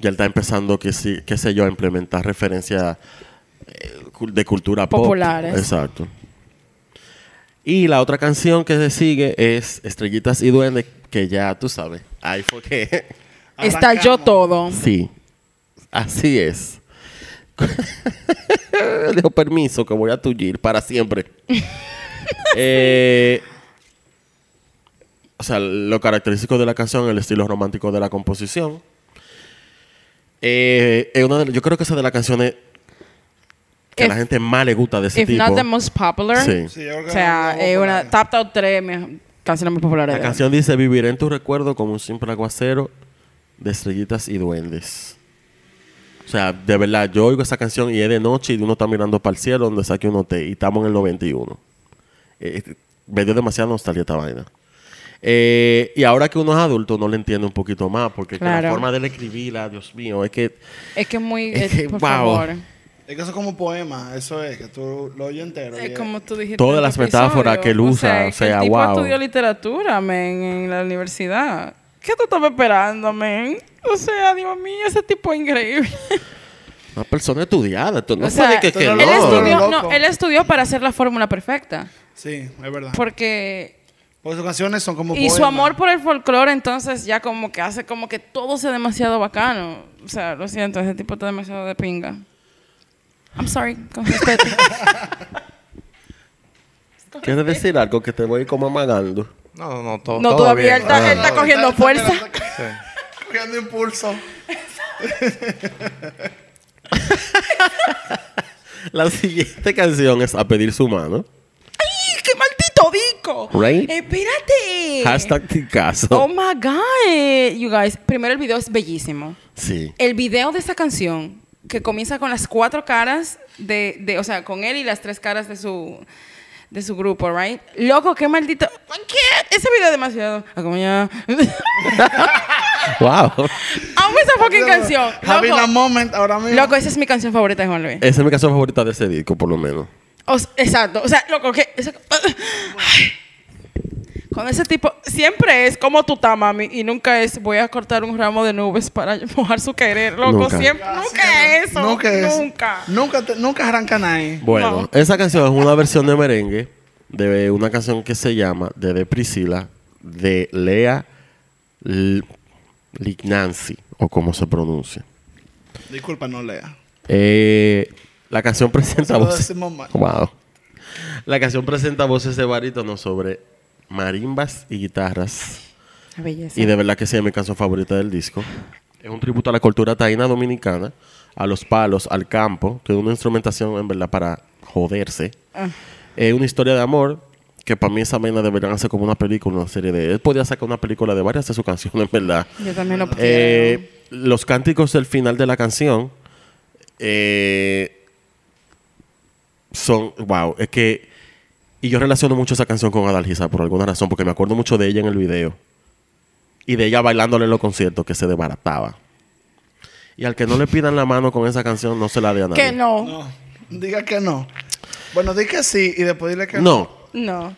[SPEAKER 3] Ya él está empezando, que sí, qué sé yo, a implementar referencias eh, cul- de cultura pop.
[SPEAKER 2] Populares.
[SPEAKER 3] Exacto. Y la otra canción que se sigue es Estrellitas y Duendes, que ya tú sabes. Ahí fue que.
[SPEAKER 2] Está yo
[SPEAKER 4] Arrancamos.
[SPEAKER 2] todo.
[SPEAKER 3] Sí, así es. [laughs] Le Dejo permiso que voy a tullir
[SPEAKER 2] [laughs]
[SPEAKER 3] para siempre. Eh, o sea, lo característico de la canción, el estilo romántico de la composición. Eh, es una de- yo creo que esa de las canciones que a
[SPEAKER 2] If-
[SPEAKER 3] la gente más le gusta de ese
[SPEAKER 2] If
[SPEAKER 3] tipo.
[SPEAKER 2] not the most popular.
[SPEAKER 3] Sí.
[SPEAKER 4] Sí, yo creo
[SPEAKER 2] O
[SPEAKER 4] que
[SPEAKER 2] sea,
[SPEAKER 4] no,
[SPEAKER 2] es
[SPEAKER 4] no,
[SPEAKER 2] una
[SPEAKER 4] no.
[SPEAKER 2] top top 3 mis canciones más populares.
[SPEAKER 3] La
[SPEAKER 2] de él.
[SPEAKER 3] canción dice: Viviré en tu recuerdo como un simple aguacero de estrellitas y duendes. O sea, de verdad, yo oigo esa canción y es de noche y uno está mirando para el cielo donde saque un hotel y estamos en el 91. Eh, eh, me dio demasiada nostalgia esta vaina. Eh, y ahora que uno es adulto, no le entiende un poquito más porque es que la
[SPEAKER 2] Claro.
[SPEAKER 3] forma de él escribirla, Dios mío, es que
[SPEAKER 2] Es que es muy.
[SPEAKER 3] Es
[SPEAKER 2] es-
[SPEAKER 3] que,
[SPEAKER 2] por
[SPEAKER 3] wow.
[SPEAKER 2] favor.
[SPEAKER 4] Es que eso es como poema, eso es, que tú lo oyes entero. y
[SPEAKER 2] Es Eh, como tú dijiste.
[SPEAKER 3] Todas
[SPEAKER 2] en
[SPEAKER 3] las
[SPEAKER 2] tu
[SPEAKER 3] metáforas
[SPEAKER 2] episodio.
[SPEAKER 3] que él usa, o
[SPEAKER 2] es que
[SPEAKER 3] sea,
[SPEAKER 2] el tipo
[SPEAKER 3] wow.
[SPEAKER 2] estudió literatura, men, en la universidad. ¿Qué tú estabas esperando, men? O sea, Dios mío, ese tipo es increíble.
[SPEAKER 3] una persona estudiada. Esto no
[SPEAKER 2] o
[SPEAKER 3] fue
[SPEAKER 2] sea,
[SPEAKER 3] de que,
[SPEAKER 4] tú
[SPEAKER 3] que
[SPEAKER 4] no
[SPEAKER 3] no.
[SPEAKER 4] lo-
[SPEAKER 2] él, estudió,
[SPEAKER 4] Loco.
[SPEAKER 2] no, él estudió para hacer la fórmula perfecta.
[SPEAKER 4] Sí, es verdad.
[SPEAKER 2] Porque
[SPEAKER 4] Porque sus canciones son
[SPEAKER 3] Pues
[SPEAKER 4] como
[SPEAKER 2] Y su
[SPEAKER 4] poema.
[SPEAKER 2] amor por el folclore, entonces ya como que hace como que todo sea demasiado bacano. O sea, lo siento, ese tipo está demasiado de pinga. I'm sorry, con
[SPEAKER 3] [laughs]
[SPEAKER 2] respeto.
[SPEAKER 3] ¿Quieres decir algo que te voy como amagando?
[SPEAKER 5] No, no, todo,
[SPEAKER 2] No,
[SPEAKER 5] todo
[SPEAKER 2] todavía
[SPEAKER 5] bien.
[SPEAKER 2] él está,
[SPEAKER 5] Ah,
[SPEAKER 2] él está
[SPEAKER 4] Está-
[SPEAKER 2] cogiendo
[SPEAKER 4] está-
[SPEAKER 2] fuerza.
[SPEAKER 4] está- está- está Cogiendo impulso.
[SPEAKER 3] La siguiente canción es A pedir su mano.
[SPEAKER 2] ¡Qué maldito loco.
[SPEAKER 3] Right?
[SPEAKER 2] Espérate.
[SPEAKER 3] Hashtag Ticazo.
[SPEAKER 2] Oh my God. You guys, primero el video es bellísimo.
[SPEAKER 3] Sí.
[SPEAKER 2] El video de esa canción, que comienza con las cuatro caras de, de- o sea, con él y las tres caras de su de su grupo, right? Loco, qué maldito. ¿Qué? Ese video es demasiado. Ah, como ya. [laughs]
[SPEAKER 3] Wow.
[SPEAKER 2] Amo esa fucking canción.
[SPEAKER 4] Having a
[SPEAKER 2] Loco.
[SPEAKER 4] moment ahora mismo.
[SPEAKER 2] Loco, esa es mi canción favorita de Juan Luis.
[SPEAKER 3] Esa es mi canción favorita de ese disco, por lo menos.
[SPEAKER 2] O s- exacto. O sea, loco, que. esa- ah, Ay. Con ese tipo, siempre es como tú estás, mami, y nunca es voy a cortar un ramo de nubes para [laughs] mojar su querer, loco.
[SPEAKER 3] Nunca.
[SPEAKER 2] Siempre, nunca es eso.
[SPEAKER 4] Nunca es.
[SPEAKER 2] Nunca.
[SPEAKER 4] Nunca, te- nunca arrancan ahí.
[SPEAKER 3] Bueno,
[SPEAKER 2] No.
[SPEAKER 3] esa canción es una versión de merengue de una canción que se llama de, de Priscila de Lea L- Lignanzi, o como se pronuncia.
[SPEAKER 4] Disculpa, no lea.
[SPEAKER 3] Eh, la canción [laughs] presenta
[SPEAKER 4] Eso lo
[SPEAKER 3] voces.
[SPEAKER 4] decimos mal.
[SPEAKER 3] Wow. La canción presenta voces de barítono sobre marimbas y guitarras.
[SPEAKER 2] La belleza.
[SPEAKER 3] Y de verdad que sí es mi canción favorita del disco. Es un tributo a la cultura taína dominicana, a los palos, al campo. Tiene una instrumentación, en verdad, para joderse.
[SPEAKER 2] Ah.
[SPEAKER 3] Es una historia de amor que para mí esa vaina deberían hacer como una película, una serie de... Él podía sacar una película de varias de sus canciones, en verdad.
[SPEAKER 2] Yo también lo quiero.
[SPEAKER 3] Eh, los cánticos del final de la canción eh, son... Wow, es que... Y yo relaciono mucho esa canción con Adalgisa por alguna razón, porque me acuerdo mucho de ella en el video. Y de ella bailándole en los conciertos, que se desbarataba. Y al que no le pidan la mano con esa canción, no se la dé a nadie.
[SPEAKER 2] Que no.
[SPEAKER 4] No, diga que no. Bueno, di que sí y después dile que
[SPEAKER 3] No,
[SPEAKER 2] No.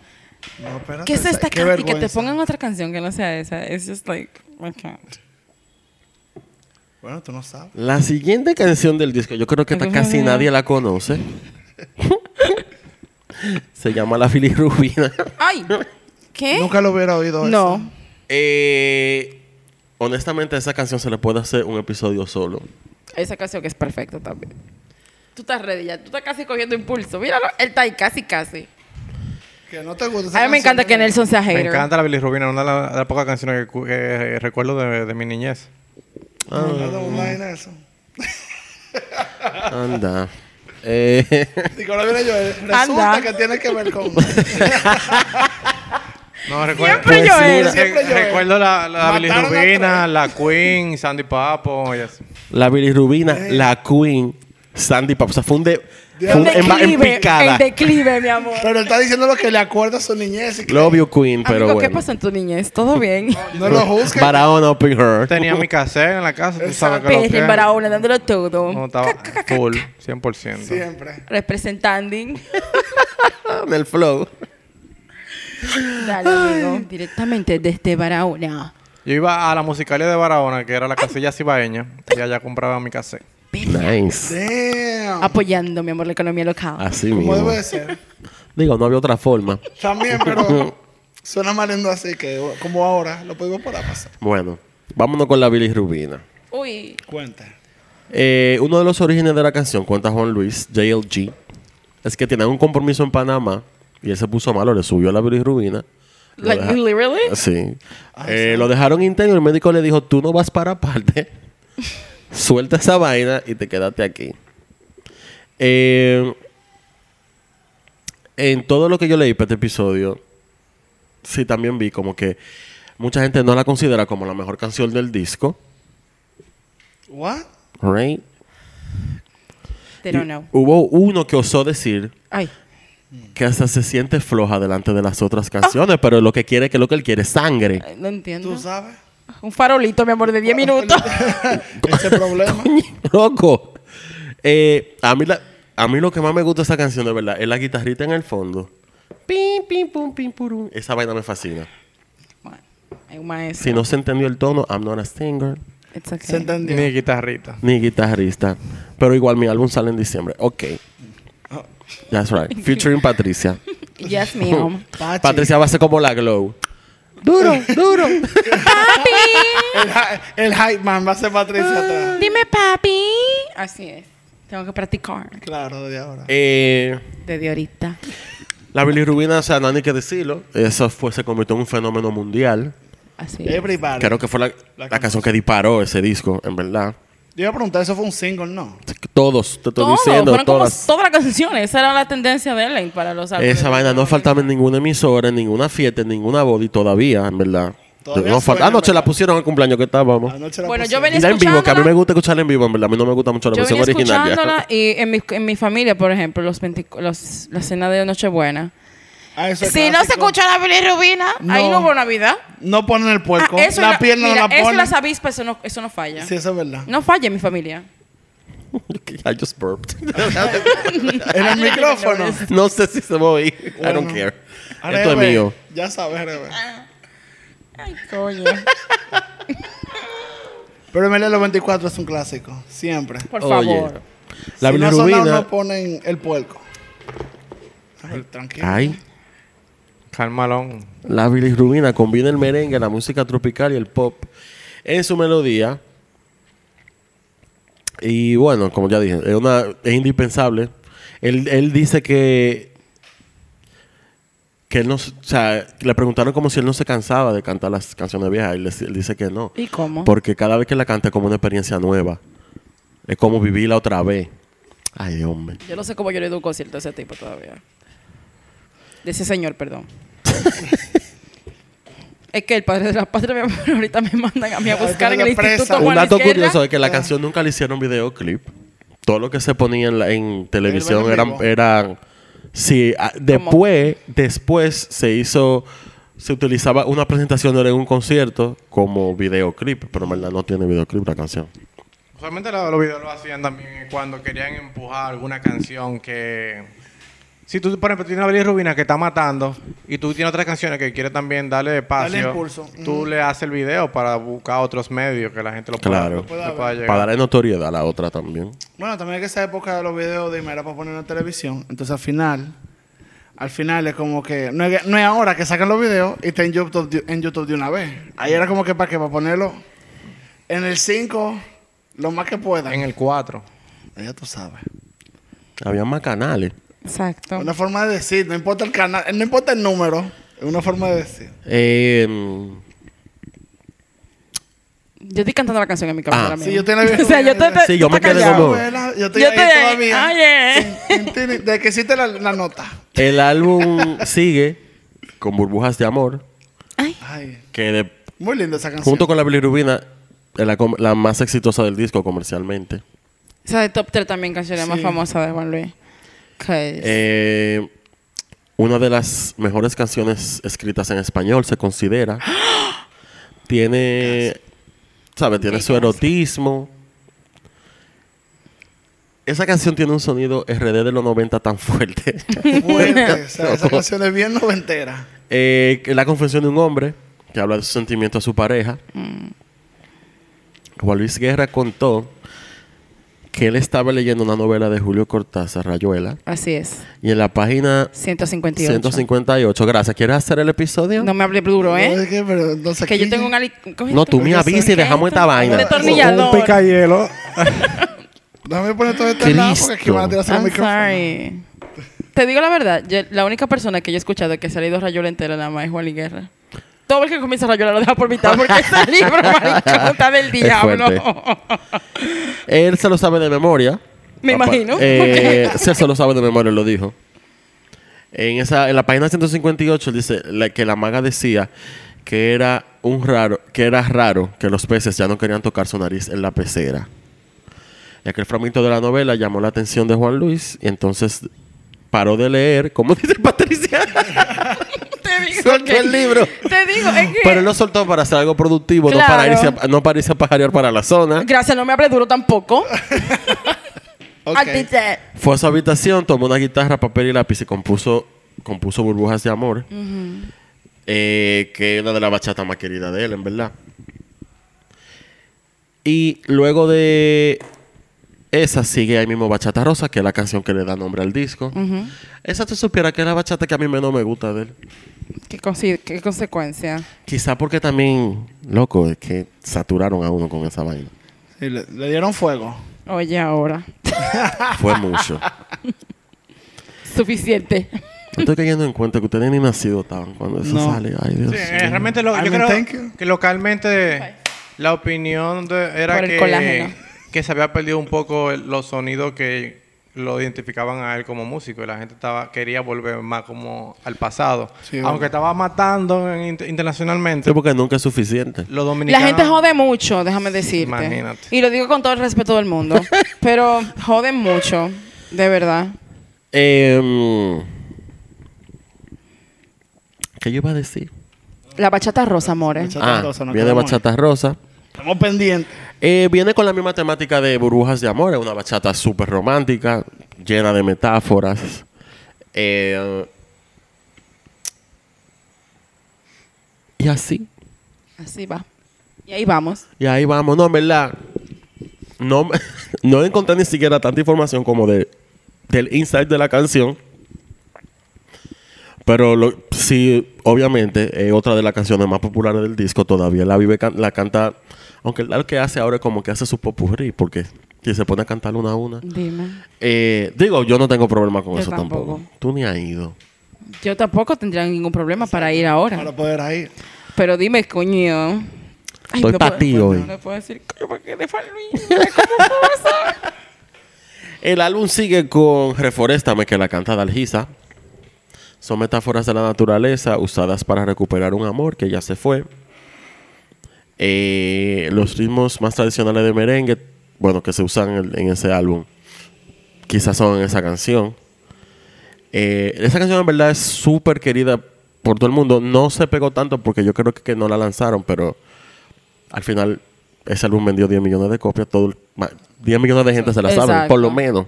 [SPEAKER 4] No, espérate,
[SPEAKER 2] ¿Qué es esta
[SPEAKER 4] qué
[SPEAKER 2] canción? Y que te
[SPEAKER 4] vergüenza.
[SPEAKER 2] pongan otra canción que no sea esa. It's just like, I can't.
[SPEAKER 4] Bueno, tú no sabes.
[SPEAKER 3] La siguiente canción del disco, yo creo que esta casi nadie la conoce. [laughs] Se llama La Filirrubina. [laughs]
[SPEAKER 2] ¡Ay! ¿Qué?
[SPEAKER 4] Nunca lo hubiera oído eso.
[SPEAKER 2] ¿Eh? no.
[SPEAKER 3] Eh, honestamente, a esa canción se le puede hacer un episodio solo.
[SPEAKER 2] Esa canción que es perfecta también. Tú estás ready ya. Tú estás casi cogiendo impulso. Míralo. Él está ahí casi, casi.
[SPEAKER 4] Que no te gusta esa
[SPEAKER 2] A mí
[SPEAKER 4] canción,
[SPEAKER 2] me encanta que
[SPEAKER 4] ¿no?
[SPEAKER 2] Nelson sea
[SPEAKER 5] Me
[SPEAKER 2] hater.
[SPEAKER 5] encanta la bilirrubina, una de la- de las pocas canciones que, cu- que recuerdo de, de mi niñez.
[SPEAKER 4] No, no, no, imagina eso.
[SPEAKER 3] Anda. [laughs] Eh,
[SPEAKER 4] Digo, ahora viene yo. eh, Resulta
[SPEAKER 2] Anda.
[SPEAKER 4] que tiene que ver con.
[SPEAKER 5] No, recuerdo.
[SPEAKER 2] Siempre yo eh.
[SPEAKER 3] Pues,
[SPEAKER 2] era.
[SPEAKER 4] sí. Siempre yo era.
[SPEAKER 5] Recuerdo la, la
[SPEAKER 4] Mataron a
[SPEAKER 5] bilirrubina, la Queen, Sandy Papo y así.
[SPEAKER 3] la Bilirrubina, la Queen, Sandy Pop. O sea, fue un, de, fue
[SPEAKER 2] El
[SPEAKER 3] un en, en
[SPEAKER 2] declive,
[SPEAKER 3] picada.
[SPEAKER 2] El declive, mi amor.
[SPEAKER 4] Pero él está diciendo lo que le acuerda a su niñez. Y que
[SPEAKER 3] Love you, Queen, [laughs] pero
[SPEAKER 2] Amigo,
[SPEAKER 3] bueno.
[SPEAKER 2] ¿qué pasó en tu niñez? ¿Todo bien?
[SPEAKER 4] no lo juzgue.
[SPEAKER 3] Barahona Open Heart.
[SPEAKER 5] Tenía mi cassette en la casa, tú sabes que lo
[SPEAKER 2] Perry,
[SPEAKER 5] que...
[SPEAKER 2] Barahona, dándolo todo.
[SPEAKER 5] No, estaba full, 100%.
[SPEAKER 4] Siempre.
[SPEAKER 2] Representando.
[SPEAKER 4] [laughs]
[SPEAKER 3] Ah, en el flow.
[SPEAKER 2] Dale, amigo. Directamente desde Barahona.
[SPEAKER 5] Yo iba a la musicalia de Barahona, que era la casilla cibaeña, y allá compraba mi cassette.
[SPEAKER 3] Nice. Ah.
[SPEAKER 4] Damn.
[SPEAKER 2] Apoyando, mi amor, la economía local.
[SPEAKER 3] Así
[SPEAKER 4] Como
[SPEAKER 3] mismo.
[SPEAKER 4] debe de ser.
[SPEAKER 3] Digo, no había otra forma.
[SPEAKER 4] También,
[SPEAKER 3] [laughs]
[SPEAKER 4] pero suena mal lindo así que como ahora lo podemos para pasar.
[SPEAKER 3] Bueno, vámonos con la bilirrubina.
[SPEAKER 2] Uy.
[SPEAKER 4] Cuenta.
[SPEAKER 3] Eh, uno de los orígenes de la canción, cuenta Juan Luis, JLG, es que tenían un compromiso en Panamá y él se puso malo, le subió la bilirrubina. Lo
[SPEAKER 2] Like,
[SPEAKER 3] deja-
[SPEAKER 2] literally?
[SPEAKER 3] Sí. Eh, Lo dejaron interno y el médico le dijo, tú no vas para parte, [laughs] suelta esa vaina y te quédate aquí. Eh, en todo lo que yo leí para este episodio, sí también vi como que mucha gente no la considera como la mejor canción del disco,
[SPEAKER 4] What?
[SPEAKER 3] right?
[SPEAKER 2] They
[SPEAKER 3] Y
[SPEAKER 2] don't know.
[SPEAKER 3] Hubo uno que osó decir
[SPEAKER 2] Ay.
[SPEAKER 3] que hasta se siente floja delante de las otras canciones, pero lo que quiere que lo que él quiere es sangre. [laughs]
[SPEAKER 2] Ay, No entiendo.
[SPEAKER 4] ¿Tú sabes?
[SPEAKER 2] Un farolito, mi amor, de 10 minutos.
[SPEAKER 4] [laughs] Ese
[SPEAKER 3] [laughs]
[SPEAKER 4] problema.
[SPEAKER 3] Loco. Eh, a, mí la- a mí lo que más me gusta de esa canción, de verdad, es la guitarrita en el fondo. Pim, pim, pum, pim, purum. Esa vaina me fascina.
[SPEAKER 2] Bueno, Hay un maestro.
[SPEAKER 3] Si no se entendió el tono, I'm not a singer,
[SPEAKER 2] It's okay.
[SPEAKER 4] ¿Se entendió?
[SPEAKER 5] Ni guitarrita.
[SPEAKER 3] ni guitarrista. Pero igual mi álbum sale en diciembre. Ok. That's right. Featuring Patricia.
[SPEAKER 2] Yes,
[SPEAKER 3] [laughs]
[SPEAKER 2] ma'am.
[SPEAKER 4] Pachi.
[SPEAKER 3] Patricia va a ser como la glow. Duro, duro.
[SPEAKER 2] ¡Papi!
[SPEAKER 4] El, hi- el hype man va a ser Patricia atrás.
[SPEAKER 2] Dime, papi. Así es. Tengo que practicar.
[SPEAKER 4] Claro, de ahora.
[SPEAKER 3] eh.
[SPEAKER 2] Desde ahorita.
[SPEAKER 3] La bilirrubina, o sea, no hay ni que decirlo. Eso fue, se convirtió en un fenómeno mundial.
[SPEAKER 2] Así es.
[SPEAKER 4] Everybody.
[SPEAKER 3] Creo Eh, que fue la, la
[SPEAKER 4] canción.
[SPEAKER 3] canción que disparó ese disco, en verdad.
[SPEAKER 4] Yo iba a preguntar, eso fue un single, ¿no?
[SPEAKER 3] Todos, te estoy
[SPEAKER 2] Todo,
[SPEAKER 3] diciendo,
[SPEAKER 2] fueron como
[SPEAKER 3] todas.
[SPEAKER 2] todas las canciones. Esa era la tendencia de Elaine para los álbumes.
[SPEAKER 3] Esa vaina no faltaba en ninguna emisora, en ninguna fiesta, en ninguna body todavía, en verdad.
[SPEAKER 4] Todavía suena,
[SPEAKER 3] no falta. Anoche
[SPEAKER 4] en
[SPEAKER 3] la
[SPEAKER 4] verdad.
[SPEAKER 3] pusieron al cumpleaños que estábamos.
[SPEAKER 4] Anoche la
[SPEAKER 2] Bueno, yo
[SPEAKER 4] pusieron.
[SPEAKER 2] venía
[SPEAKER 3] Y la en vivo, que a mí
[SPEAKER 2] escuchándola.
[SPEAKER 3] me gusta escucharla en vivo, en verdad. A mí no me gusta mucho la
[SPEAKER 2] Yo
[SPEAKER 3] versión
[SPEAKER 2] venía
[SPEAKER 3] original. ya.
[SPEAKER 2] escuchándola y en mi, en mi familia, por ejemplo, los, 20 los la cena de Nochebuena.
[SPEAKER 4] Ah, eso es
[SPEAKER 2] Si no se
[SPEAKER 4] clásico.
[SPEAKER 2] escucha la bilirrubina, ahí
[SPEAKER 4] No.
[SPEAKER 2] no hubo Navidad.
[SPEAKER 4] No ponen el
[SPEAKER 2] Ah,
[SPEAKER 4] puerco.
[SPEAKER 2] eso y
[SPEAKER 4] la pierna
[SPEAKER 2] mira,
[SPEAKER 4] no la
[SPEAKER 2] eso y
[SPEAKER 4] ponen.
[SPEAKER 2] las avispas, eso no, eso no falla.
[SPEAKER 4] Sí, eso es
[SPEAKER 2] [laughs]
[SPEAKER 4] verdad.
[SPEAKER 2] No falla en mi familia.
[SPEAKER 3] [laughs] I just burped.
[SPEAKER 4] En el micrófono.
[SPEAKER 3] no sé si se va a oír. I don't
[SPEAKER 4] Bueno.
[SPEAKER 3] care. Esto es
[SPEAKER 4] Rebe,
[SPEAKER 3] mío.
[SPEAKER 4] Ya sabes, Rebe.
[SPEAKER 2] Ay, coño.
[SPEAKER 4] Pero ML 94 es un clásico. Siempre.
[SPEAKER 2] [laughs] Por
[SPEAKER 3] Oye.
[SPEAKER 2] favor.
[SPEAKER 3] La
[SPEAKER 4] si no sonaba,
[SPEAKER 3] bilirrubina.
[SPEAKER 4] no ponen el puerco. Ay, tranquilo.
[SPEAKER 3] Ay.
[SPEAKER 5] Calmalón.
[SPEAKER 3] La bilirrubina combina el merengue, la música tropical y el pop en su melodía. Y bueno, como ya dije, es, una, es indispensable. Él, él dice que. Que él no. se- O sea, le preguntaron como si él no se cansaba de cantar las canciones viejas. Y le- él dice que no.
[SPEAKER 2] ¿Y cómo?
[SPEAKER 3] Porque cada vez que la canta es como una experiencia nueva. Es como vivirla otra vez. Ay, hombre.
[SPEAKER 2] Yo no sé cómo yo le doy un concierto a ese tipo todavía. De ese señor,
[SPEAKER 3] [laughs]
[SPEAKER 2] perdón. es que el padre de la patria me- ahorita me mandan a mí a
[SPEAKER 4] Ahorita
[SPEAKER 2] buscar en
[SPEAKER 4] la
[SPEAKER 2] el
[SPEAKER 4] presa.
[SPEAKER 2] instituto.
[SPEAKER 3] Un
[SPEAKER 2] Juan
[SPEAKER 3] dato
[SPEAKER 2] Izquierda. Ah.
[SPEAKER 3] curioso es que la canción nunca le hicieron videoclip. Todo lo que se ponía en, la- en televisión
[SPEAKER 4] baile en
[SPEAKER 3] eran,
[SPEAKER 4] vivo.
[SPEAKER 3] eran sí, ah, después, después se hizo, se utilizaba una presentación en un concierto como videoclip, pero en verdad no tiene videoclip la canción.
[SPEAKER 5] Usualmente lo- los videos lo hacían también cuando querían empujar alguna canción que... Si tú, por ejemplo, tienes una bilirrubina que está matando y tú tienes otras canciones que quieres también darle espacio,
[SPEAKER 4] Dale impulso.
[SPEAKER 5] tú le haces el video para buscar otros medios que la gente lo pueda,
[SPEAKER 3] Claro.
[SPEAKER 5] lo pueda
[SPEAKER 4] Lo
[SPEAKER 5] pueda llegar.
[SPEAKER 3] Para darle notoriedad a la otra también.
[SPEAKER 4] Bueno, también es que esa época de los videos de era para poner en la televisión. Entonces al final, al final es como que no es, no es ahora que sacan los videos y está en YouTube, de- en YouTube de una vez. Ahí era como que para que para ponerlo en el 5 lo más que puedan.
[SPEAKER 5] En el 4.
[SPEAKER 4] Ya tú sabes.
[SPEAKER 3] Había más canales.
[SPEAKER 2] Exacto.
[SPEAKER 4] Una forma de decir, no importa el canal, no importa el número, es una forma de decir.
[SPEAKER 3] Eh, mm,
[SPEAKER 2] Yo estoy cantando la canción en mi cabeza.
[SPEAKER 3] Ah.
[SPEAKER 2] ahora
[SPEAKER 3] Sí,
[SPEAKER 2] mismo.
[SPEAKER 4] yo te la vi-
[SPEAKER 2] [laughs] O sea, yo te, te-
[SPEAKER 3] Sí, yo
[SPEAKER 2] tú
[SPEAKER 3] me
[SPEAKER 2] estás
[SPEAKER 3] quedé
[SPEAKER 2] callado.
[SPEAKER 3] como-
[SPEAKER 4] Abuela, yo estoy
[SPEAKER 2] Yo
[SPEAKER 4] ahí
[SPEAKER 2] te-
[SPEAKER 4] todavía.
[SPEAKER 2] Ah, yeah.
[SPEAKER 4] Tin, tin, tin, De que hiciste la, la nota.
[SPEAKER 3] el
[SPEAKER 2] [laughs]
[SPEAKER 3] álbum sigue con Burbujas de Amor,
[SPEAKER 2] Ay,
[SPEAKER 4] Ay,
[SPEAKER 3] que de-
[SPEAKER 4] muy linda esa canción.
[SPEAKER 3] junto con la bilirrubina es la com- la más exitosa del disco comercialmente.
[SPEAKER 2] esa de Top 3 también, canción la más
[SPEAKER 4] Sí.
[SPEAKER 2] famosa de Juan Luis. 'Cause-
[SPEAKER 3] Eh, una de las mejores canciones escritas en español se considera. tiene, sabe, tiene su erotismo. Esa canción tiene un sonido RD de los 90 tan fuerte. [laughs]
[SPEAKER 4] Fuerte, o sea, esa canción es bien noventera.
[SPEAKER 3] Eh, que la confesión de un hombre que habla de sus sentimientos a su pareja. Juan Luis Guerra contó que él estaba leyendo una novela de Julio Cortázar, Rayuela,
[SPEAKER 2] Así es.
[SPEAKER 3] y en la página
[SPEAKER 2] 158.
[SPEAKER 3] 158. Gracias. ¿Quieres hacer el episodio?
[SPEAKER 2] No me hables duro,
[SPEAKER 4] No,
[SPEAKER 2] ¿eh?
[SPEAKER 4] es que, pero entonces
[SPEAKER 2] Que
[SPEAKER 4] aquí-
[SPEAKER 2] yo tengo un ali...
[SPEAKER 3] No, tú me avisas y dejamos esta vaina.
[SPEAKER 2] Un detornillador.
[SPEAKER 5] hielo.
[SPEAKER 4] Déjame poner todo este lado porque aquí
[SPEAKER 3] Cristo.
[SPEAKER 4] van a tirarse el
[SPEAKER 2] I'm
[SPEAKER 4] micrófono.
[SPEAKER 2] sorry. Te digo la verdad, yo- la única persona que yo he escuchado que se ha leído Rayola entera nada más es Juan y Guerra. Todo el que comienza Rayola lo deja por
[SPEAKER 3] [laughs]
[SPEAKER 2] mitad porque ese libro, maricón, está del diablo. [laughs]
[SPEAKER 3] Él se lo sabe de memoria.
[SPEAKER 2] Me
[SPEAKER 3] Papá-
[SPEAKER 2] imagino.
[SPEAKER 3] Eh, [laughs] sí, él se lo sabe de memoria, lo dijo. En, esa, en la página 158 él dice la- que la maga decía que era un raro, que era raro que los peces ya no querían tocar su nariz en la pecera. Y aquel fragmento de la novela llamó la atención de Juan Luis y entonces paró de leer, como [laughs] dice
[SPEAKER 2] [laughs]
[SPEAKER 3] Patricia,
[SPEAKER 2] te digo
[SPEAKER 3] soltó
[SPEAKER 2] que-
[SPEAKER 3] el libro.
[SPEAKER 2] Te digo, es que...
[SPEAKER 3] Pero él lo soltó para hacer algo productivo, no para
[SPEAKER 2] Claro.
[SPEAKER 3] irse a, no para irse a pajarear para la zona.
[SPEAKER 2] Gracias, no me hables duro tampoco.
[SPEAKER 4] Ok.
[SPEAKER 2] I did that.
[SPEAKER 3] Fue a su habitación, tomó una guitarra, papel y lápiz y compuso, compuso Burbujas de Amor, eh, que es una de las bachatas más queridas de él, en verdad. Y luego de esa sigue ahí mismo Bachata Rosa, que es la canción que le da nombre al disco. Esa tú supieras que es la bachata que a mí menos me gusta de él.
[SPEAKER 2] ¿Qué, consi- qué consecuencia?
[SPEAKER 3] Quizá porque también, loco, es que saturaron a uno con esa vaina.
[SPEAKER 4] Sí, le, le dieron fuego.
[SPEAKER 3] Ah,
[SPEAKER 2] Oye, ahora.
[SPEAKER 3] Fue mucho.
[SPEAKER 2] Suficiente.
[SPEAKER 3] No estoy cayendo en cuenta que ustedes ni nacidos estaban cuando eso
[SPEAKER 4] No.
[SPEAKER 3] sale. Ay, Dios
[SPEAKER 5] Sí,
[SPEAKER 3] mío.
[SPEAKER 5] eh, realmente lo-
[SPEAKER 4] I
[SPEAKER 5] yo
[SPEAKER 4] mean,
[SPEAKER 5] creo
[SPEAKER 4] thank you.
[SPEAKER 5] que localmente la opinión de- era
[SPEAKER 2] Por el
[SPEAKER 5] que
[SPEAKER 2] colágeno.
[SPEAKER 5] que se había perdido un poco el- los sonidos que lo identificaban a él como músico y la gente estaba quería volver más como al pasado.
[SPEAKER 4] Sí,
[SPEAKER 5] Aunque
[SPEAKER 4] obvio.
[SPEAKER 5] estaba matando en inter- internacionalmente,
[SPEAKER 3] porque nunca es suficiente.
[SPEAKER 5] los
[SPEAKER 2] La
[SPEAKER 5] dominicanos...
[SPEAKER 2] gente jode mucho, déjame decirte.
[SPEAKER 5] Imagínate.
[SPEAKER 2] Y lo digo con todo el respeto del
[SPEAKER 4] [laughs]
[SPEAKER 2] mundo. pero joden mucho, de verdad.
[SPEAKER 3] Em, ¿Qué yo iba a decir?
[SPEAKER 2] La bachata rosa, amores.
[SPEAKER 4] Bachata
[SPEAKER 3] ah,
[SPEAKER 4] rosa, no
[SPEAKER 3] viene
[SPEAKER 4] quedamos ahí.
[SPEAKER 3] Bachata Rosa.
[SPEAKER 4] Estamos pendientes.
[SPEAKER 3] Eh, viene con la misma temática de Burbujas de Amor. Es una bachata súper romántica, llena de metáforas. Eh, y así.
[SPEAKER 2] Así va. Y ahí vamos.
[SPEAKER 3] Y ahí vamos. No, en verdad. No, [laughs] me- no encontré ni siquiera tanta información como de, del insight de la canción. Pero lo- sí, obviamente, es otra de las canciones más populares del disco todavía. La vive can- la canta. Aunque la que hace ahora es como que hace su popurrí, porque si se pone a cantar una a una.
[SPEAKER 2] Dime.
[SPEAKER 3] Eh, digo, yo no tengo problema con
[SPEAKER 2] Yo
[SPEAKER 3] eso tampoco.
[SPEAKER 2] tampoco.
[SPEAKER 3] Tú ni has ido.
[SPEAKER 2] Yo tampoco tendría ningún problema para ir ahora.
[SPEAKER 4] Para poder ahí.
[SPEAKER 2] Pero dime, coño. Ay,
[SPEAKER 3] Estoy
[SPEAKER 2] no
[SPEAKER 3] pa' ti
[SPEAKER 2] puedo-
[SPEAKER 3] hoy.
[SPEAKER 2] No le puedo decir, coño, porque de Fal- ¿Cómo pasa?
[SPEAKER 3] El álbum sigue con Reforéstame, que la canta Dalgisa. Son metáforas de la naturaleza usadas para recuperar un amor que ya se fue. Eh, los ritmos más tradicionales de merengue, bueno, que se usan en, en ese álbum, quizás son en esa canción. Eh, esa canción en verdad es súper querida por todo el mundo. No se pegó tanto porque yo creo que, que no la lanzaron, pero al final ese álbum vendió 10 millones de copias. Todo el- ma- 10 millones de gente se la sabe,
[SPEAKER 2] Exacto.
[SPEAKER 3] por lo menos.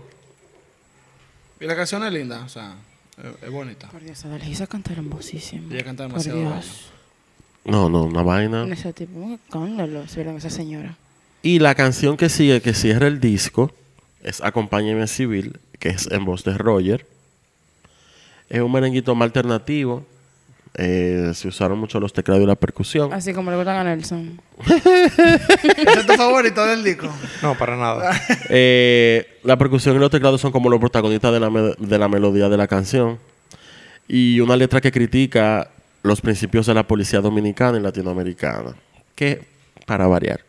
[SPEAKER 4] Y la canción es linda, o sea, es, es
[SPEAKER 2] [laughs]
[SPEAKER 4] bonita.
[SPEAKER 2] Por Dios, Adalgisa canta hermosísimo.
[SPEAKER 4] Ella canta
[SPEAKER 2] Por
[SPEAKER 4] demasiado
[SPEAKER 2] Dios.
[SPEAKER 3] No, no, una vaina.
[SPEAKER 2] En Ese tipo, un escándalo, se vieron esa señora.
[SPEAKER 3] Y la canción que sigue, que cierra el disco, es Acompáñeme Civil, que es en voz de Roger. Es un merenguito más alternativo. Eh, se usaron mucho los teclados y la percusión.
[SPEAKER 2] Así como le gustan a Nelson.
[SPEAKER 4] ¿Ese es tu favorito del disco?
[SPEAKER 5] No, para nada.
[SPEAKER 3] Eh, la percusión y los teclados son como los protagonistas de la, me- de la melodía de la canción. Y una letra que critica los principios de la policía dominicana y latinoamericana. Que, para variar.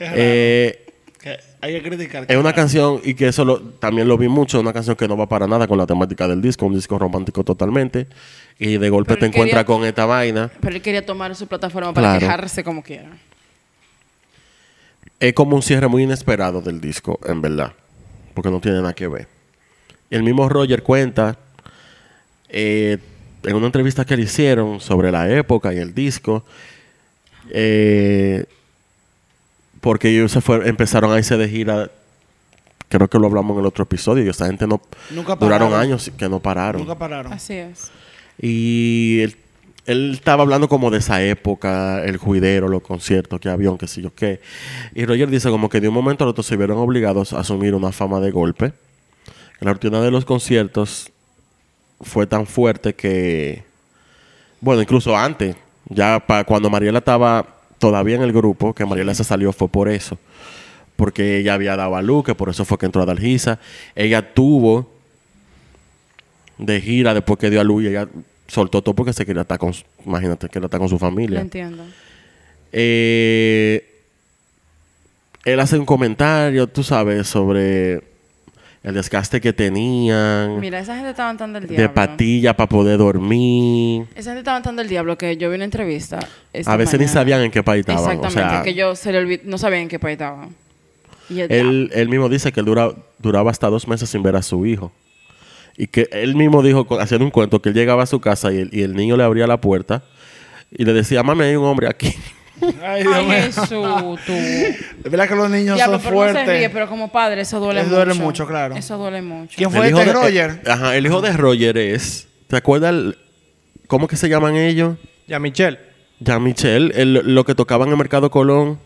[SPEAKER 3] Eh,
[SPEAKER 4] Que hay que criticar.
[SPEAKER 3] Es una canción, y que eso lo- también lo vi mucho, una canción que no va para nada con la temática del disco, un disco romántico totalmente, y de golpe
[SPEAKER 2] Pero
[SPEAKER 3] te
[SPEAKER 2] él quería-
[SPEAKER 3] encuentras con esta vaina.
[SPEAKER 2] Pero él quería tomar su plataforma para
[SPEAKER 3] Claro.
[SPEAKER 2] quejarse como quiera.
[SPEAKER 3] Es como un cierre muy inesperado del disco, en verdad, porque no tiene nada que ver. Y el mismo Roger cuenta eh, en una entrevista que le hicieron sobre la época y el disco, eh, porque ellos se fueron, empezaron a irse de gira. Creo que lo hablamos en el otro episodio. Y esta gente no.
[SPEAKER 4] Nunca
[SPEAKER 3] duraron
[SPEAKER 4] pararon.
[SPEAKER 3] años que no pararon.
[SPEAKER 4] Nunca pararon.
[SPEAKER 2] Así es.
[SPEAKER 3] Y él, él estaba hablando como de esa época, el juidero, los conciertos, que avión, que sé yo qué. Y Roger dice como que de un momento al otro se vieron obligados a asumir una fama de golpe. La rutina de los conciertos fue tan fuerte que, bueno, incluso antes, ya pa- cuando Mariela estaba todavía en el grupo, que Mariela se salió fue por eso. Porque ella había dado a luz, que por eso fue que entró a Dalgisa. Ella tuvo de gira después que dio a luz y ella soltó todo porque se quería estar con, su- imagínate, que está con su
[SPEAKER 2] Lo
[SPEAKER 3] familia.
[SPEAKER 2] entiendo.
[SPEAKER 3] Eh, él hace un comentario, tú sabes, sobre el desgaste que tenían,
[SPEAKER 2] Mira, esa gente estaba andando el diablo.
[SPEAKER 3] de patilla para poder dormir.
[SPEAKER 2] Esa gente estaba andando el diablo que yo vi una entrevista. esta
[SPEAKER 3] a veces ni
[SPEAKER 2] mañana.
[SPEAKER 3] sabían en qué país estaban. O
[SPEAKER 2] Exactamente,
[SPEAKER 3] sea,
[SPEAKER 2] que yo se le olvid- no sabía en qué país estaban. Y el
[SPEAKER 3] él, él mismo dice que él dura, duraba hasta dos meses sin ver a su hijo. Y que él mismo dijo, co- haciendo un cuento, que él llegaba a su casa y el, y el niño le abría la puerta y le decía, mami, hay un
[SPEAKER 4] [laughs]
[SPEAKER 3] hombre aquí.
[SPEAKER 4] Ay,
[SPEAKER 2] diablo.
[SPEAKER 4] Dios
[SPEAKER 2] Ay,
[SPEAKER 4] mío.
[SPEAKER 2] Jesús, [laughs] tú.
[SPEAKER 4] Es verdad que los niños
[SPEAKER 2] Diablo,
[SPEAKER 4] son
[SPEAKER 2] pero no se
[SPEAKER 4] fuertes.
[SPEAKER 2] ríe, pero como padre, eso duele
[SPEAKER 4] Eso
[SPEAKER 2] mucho.
[SPEAKER 4] duele mucho, claro.
[SPEAKER 2] Eso duele mucho.
[SPEAKER 4] ¿Quién fue
[SPEAKER 3] El hijo
[SPEAKER 4] este
[SPEAKER 3] de-
[SPEAKER 4] Roger?
[SPEAKER 3] eh, ajá, el hijo de Roger es. ¿Te acuerdas el- cómo que se llaman ellos?
[SPEAKER 5] ya, Michelle.
[SPEAKER 3] Ya Michelle, el- lo que tocaban en el Mercado Colón.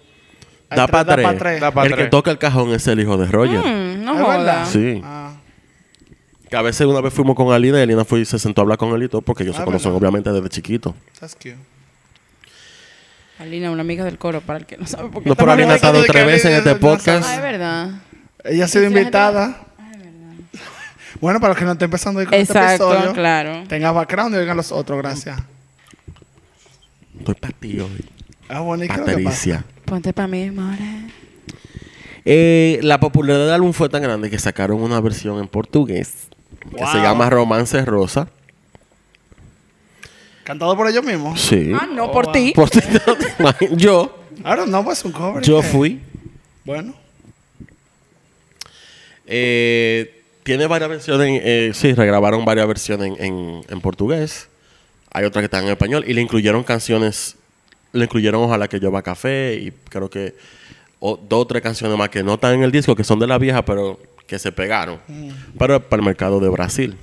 [SPEAKER 4] Ah,
[SPEAKER 3] Da
[SPEAKER 4] tres,
[SPEAKER 3] pa'
[SPEAKER 4] da pa'
[SPEAKER 3] tres.
[SPEAKER 4] tres.
[SPEAKER 5] Da pa'
[SPEAKER 3] El que
[SPEAKER 5] tres.
[SPEAKER 3] toca el cajón es el hijo de Roger.
[SPEAKER 2] Mm, no
[SPEAKER 4] ¿Es verdad?
[SPEAKER 2] joda.
[SPEAKER 3] Sí.
[SPEAKER 4] Ah.
[SPEAKER 3] Que a veces una vez fuimos con Alina y Alina fue y se sentó a hablar con él y todo porque ellos
[SPEAKER 4] Ah,
[SPEAKER 3] se conocen
[SPEAKER 4] ¿verdad?
[SPEAKER 3] obviamente desde chiquito.
[SPEAKER 4] That's cute.
[SPEAKER 2] Alina, una amiga del coro, para el que no sabe por qué.
[SPEAKER 3] No, pero
[SPEAKER 4] estamos
[SPEAKER 3] Alina ha estado
[SPEAKER 4] hablando de
[SPEAKER 3] tres
[SPEAKER 4] que
[SPEAKER 3] veces en
[SPEAKER 4] Alina
[SPEAKER 3] este
[SPEAKER 4] es de Plaza.
[SPEAKER 2] Ah, es
[SPEAKER 3] podcast.
[SPEAKER 2] verdad.
[SPEAKER 4] Ella ha sido
[SPEAKER 2] Sí, sí, la
[SPEAKER 4] invitada. Bueno, para los que no estén empezando ahí con este
[SPEAKER 2] Exacto,
[SPEAKER 4] episodio,
[SPEAKER 2] claro.
[SPEAKER 4] tengan background y oigan los otros, gracias.
[SPEAKER 3] Estoy para ti hoy.
[SPEAKER 4] Ah, bueno, ¿y qué es lo que pasa?
[SPEAKER 3] Patricia.
[SPEAKER 2] Ponte para mí, madre.
[SPEAKER 3] Eh, la popularidad del álbum fue tan grande que sacaron una versión en portugués que se
[SPEAKER 4] Wow.
[SPEAKER 3] llama Romance Rosa.
[SPEAKER 4] Cantado por ellos mismos.
[SPEAKER 3] Sí. Oh,
[SPEAKER 2] Ah, no por ti.
[SPEAKER 3] Por si no te imaginas. yo,
[SPEAKER 4] Ahora no, pues un cover.
[SPEAKER 3] yo
[SPEAKER 4] ¿qué?
[SPEAKER 3] fui.
[SPEAKER 4] Bueno. [laughs]
[SPEAKER 3] Eh, tiene varias versiones. eh, sí, regrabaron varias versiones en, en- en portugués. Hay otras que están en español. Y le incluyeron canciones. Le incluyeron Ojalá que llueva café. Y creo que o- dos o tres canciones más que no están en el disco, que son de la vieja, pero que se pegaron. Para, para el mercado de Brasil.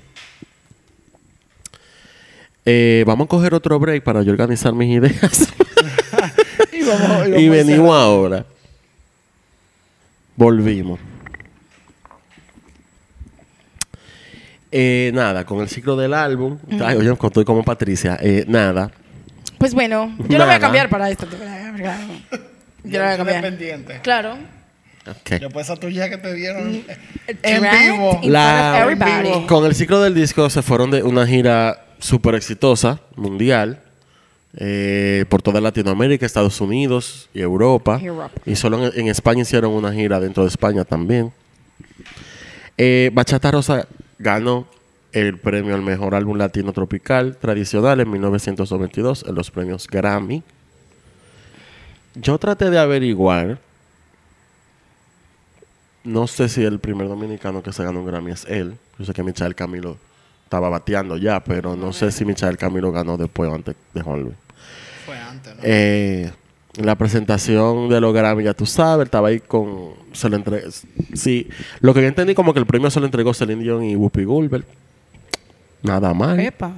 [SPEAKER 3] Eh, vamos a coger otro break para yo organizar mis [laughs] ideas.
[SPEAKER 4] Y, vamos,
[SPEAKER 3] y
[SPEAKER 4] vamos a
[SPEAKER 3] venimos ahora. Volvimos. Eh, nada, con el ciclo del álbum. Ay, oye, estoy como Patricia. Eh, nada.
[SPEAKER 2] Pues bueno, yo lo voy
[SPEAKER 3] Nada.
[SPEAKER 2] a cambiar para esto. Yo
[SPEAKER 3] [laughs]
[SPEAKER 4] Yo
[SPEAKER 2] lo voy a
[SPEAKER 4] estoy
[SPEAKER 2] cambiar.
[SPEAKER 4] pendiente.
[SPEAKER 2] Claro.
[SPEAKER 3] Ok.
[SPEAKER 4] Después pues, esa tuya que te dieron.
[SPEAKER 2] En
[SPEAKER 4] vivo.
[SPEAKER 2] In
[SPEAKER 3] La-
[SPEAKER 2] front of everybody.
[SPEAKER 3] con el ciclo del disco se fueron de una gira súper exitosa, mundial, eh, por toda Latinoamérica, Estados Unidos y Europa.
[SPEAKER 2] Europa.
[SPEAKER 3] Y solo en, en España hicieron una gira dentro de España también. Eh, Bachata Rosa ganó el premio al mejor álbum latino tropical tradicional en 1992 en los premios Grammy. Yo traté de averiguar. No sé si el primer dominicano que se ganó un Grammy es él. Yo sé que Michael Camilo estaba bateando ya, pero no sé si Michael Camilo ganó después o antes de Juan Luis.
[SPEAKER 4] Fue antes, ¿no?
[SPEAKER 3] Eh, en la presentación de los Grammy, ya tú sabes, estaba ahí con. Se lo entre- Sí, lo que yo entendí como que el premio se lo entregó Celine Dion y Whoopi Goldberg. Nada mal.
[SPEAKER 2] Epa.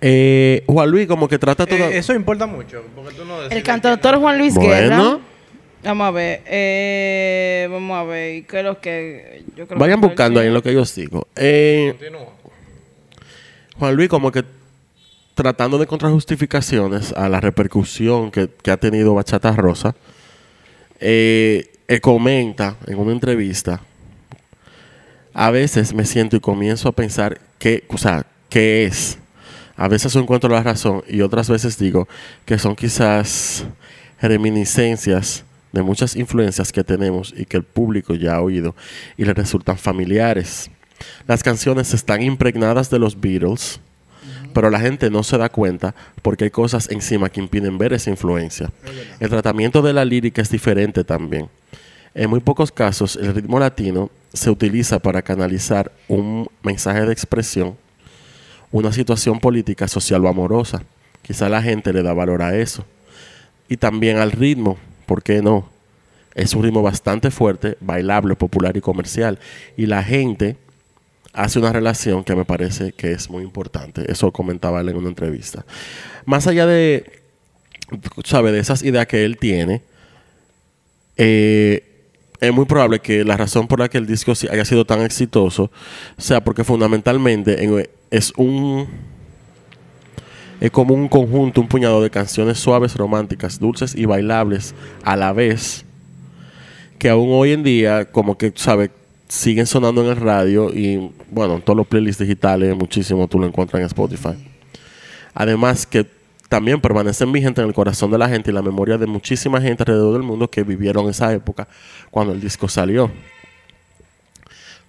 [SPEAKER 3] Eh, Juan Luis, como que trata todo.
[SPEAKER 5] Eh, eso importa mucho. Porque tú no
[SPEAKER 2] El
[SPEAKER 5] decides
[SPEAKER 2] cantautor Juan Luis Guerra.
[SPEAKER 3] bueno,
[SPEAKER 2] Vamos a ver. Eh, vamos a ver. ¿Y qué es lo que yo creo
[SPEAKER 3] vayan
[SPEAKER 2] que-
[SPEAKER 3] buscando ahí en lo que yo sigo. Eh,
[SPEAKER 5] quién- Continúa.
[SPEAKER 3] Juan Luis, como que tratando de encontrar justificaciones a la repercusión que, que ha tenido Bachata Rosa, eh, eh, comenta en una entrevista, a veces me siento y comienzo a pensar qué, o sea, qué es. A veces encuentro la razón y otras veces digo que son quizás reminiscencias de muchas influencias que tenemos y que el público ya ha oído y le resultan familiares. Las canciones están impregnadas de los Beatles, pero la gente no se da cuenta porque hay cosas encima que impiden ver esa influencia. El tratamiento de la lírica es diferente también. En muy pocos casos, el ritmo latino se utiliza para canalizar un mensaje de expresión, una situación política, social o amorosa. Quizá la gente le da valor a eso. Y también al ritmo, ¿por qué no? Es un ritmo bastante fuerte, bailable, popular y comercial. Y la gente hace una relación que me parece que es muy importante. Eso comentaba él en una entrevista. Más allá de, ¿sabe? de esas ideas que él tiene, eh, es muy probable que la razón por la que el disco sí haya sido tan exitoso sea porque fundamentalmente en- es un es como un conjunto, un puñado de canciones suaves, románticas, dulces y bailables a la vez que aún hoy en día como que sabe siguen sonando en el radio y bueno, en todos los playlists digitales muchísimo tú lo encuentras en Spotify. Además que también permanecen vigentes en el corazón de la gente y la memoria de muchísima gente alrededor del mundo que vivieron esa época cuando el disco salió.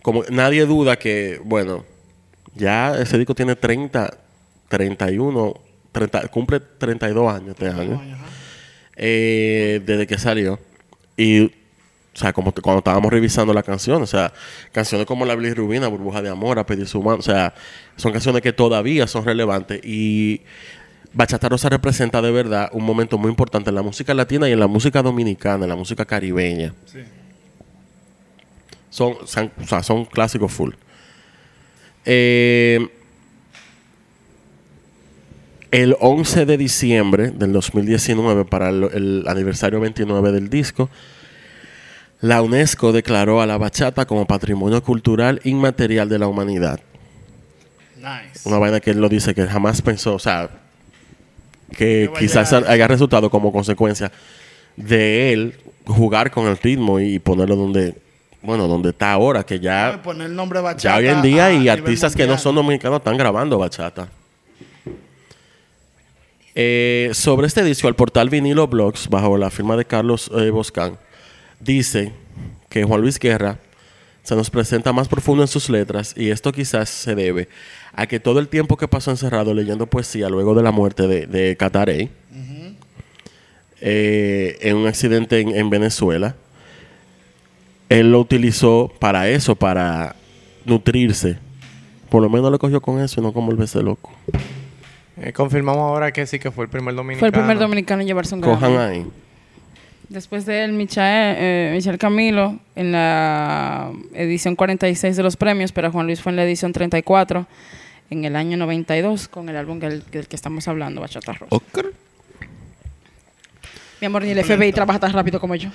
[SPEAKER 3] Como nadie duda que, bueno, ya ese disco tiene 30, 31, 30, cumple 32 años este año. Eh, desde que salió. Y, o sea, como que cuando estábamos revisando la canción, o sea, canciones como La Bilirrubina, Burbuja de Amor, A Pedir Su Mano, o sea, son canciones que todavía son relevantes y Bachata Rosa representa de verdad un momento muy importante en la música latina y en la música dominicana, en la música caribeña. Son, son- o sea, son clásicos full. Eh, el 11 de diciembre del 2019, para el, el aniversario 29 del disco, la UNESCO declaró a la bachata como patrimonio cultural inmaterial de la humanidad.
[SPEAKER 4] Nice.
[SPEAKER 3] Una vaina que él lo dice que jamás pensó, o sea, que
[SPEAKER 4] Que va a
[SPEAKER 3] quizás
[SPEAKER 4] llegar.
[SPEAKER 3] haya resultado como consecuencia de él jugar con el ritmo y ponerlo donde, bueno, donde está ahora, que
[SPEAKER 4] Voy
[SPEAKER 3] ya
[SPEAKER 4] a poner el nombre
[SPEAKER 3] ya
[SPEAKER 4] bachata.
[SPEAKER 3] hoy en día
[SPEAKER 4] a
[SPEAKER 3] y
[SPEAKER 4] nivel
[SPEAKER 3] artistas que no
[SPEAKER 4] mundial.
[SPEAKER 3] son dominicanos están grabando bachata. Eh, sobre este disco, el portal Vinilo Blogs, bajo la firma de Carlos eh, Boscán, dice que Juan Luis Guerra se nos presenta más profundo en sus letras y esto quizás se debe a que todo el tiempo que pasó encerrado leyendo poesía luego de la muerte de, de Catarey eh, en un accidente en, en Venezuela, él lo utilizó para eso, para nutrirse. Por lo menos lo cogió con eso y no como volverse loco.
[SPEAKER 5] Eh, confirmamos ahora que sí que fue el primer dominicano.
[SPEAKER 2] Fue el primer dominicano en llevarse un
[SPEAKER 3] Cojan
[SPEAKER 2] Grammy.
[SPEAKER 3] ahí.
[SPEAKER 2] Después de él, Michael, eh, Michael Camilo en la edición 46 de los premios, pero Juan Luis fue en la edición 34 en el año 92 con el álbum que- del, que estamos hablando, Bachata Rosa. Mi amor, ni el FBI trabaja tan rápido como yo.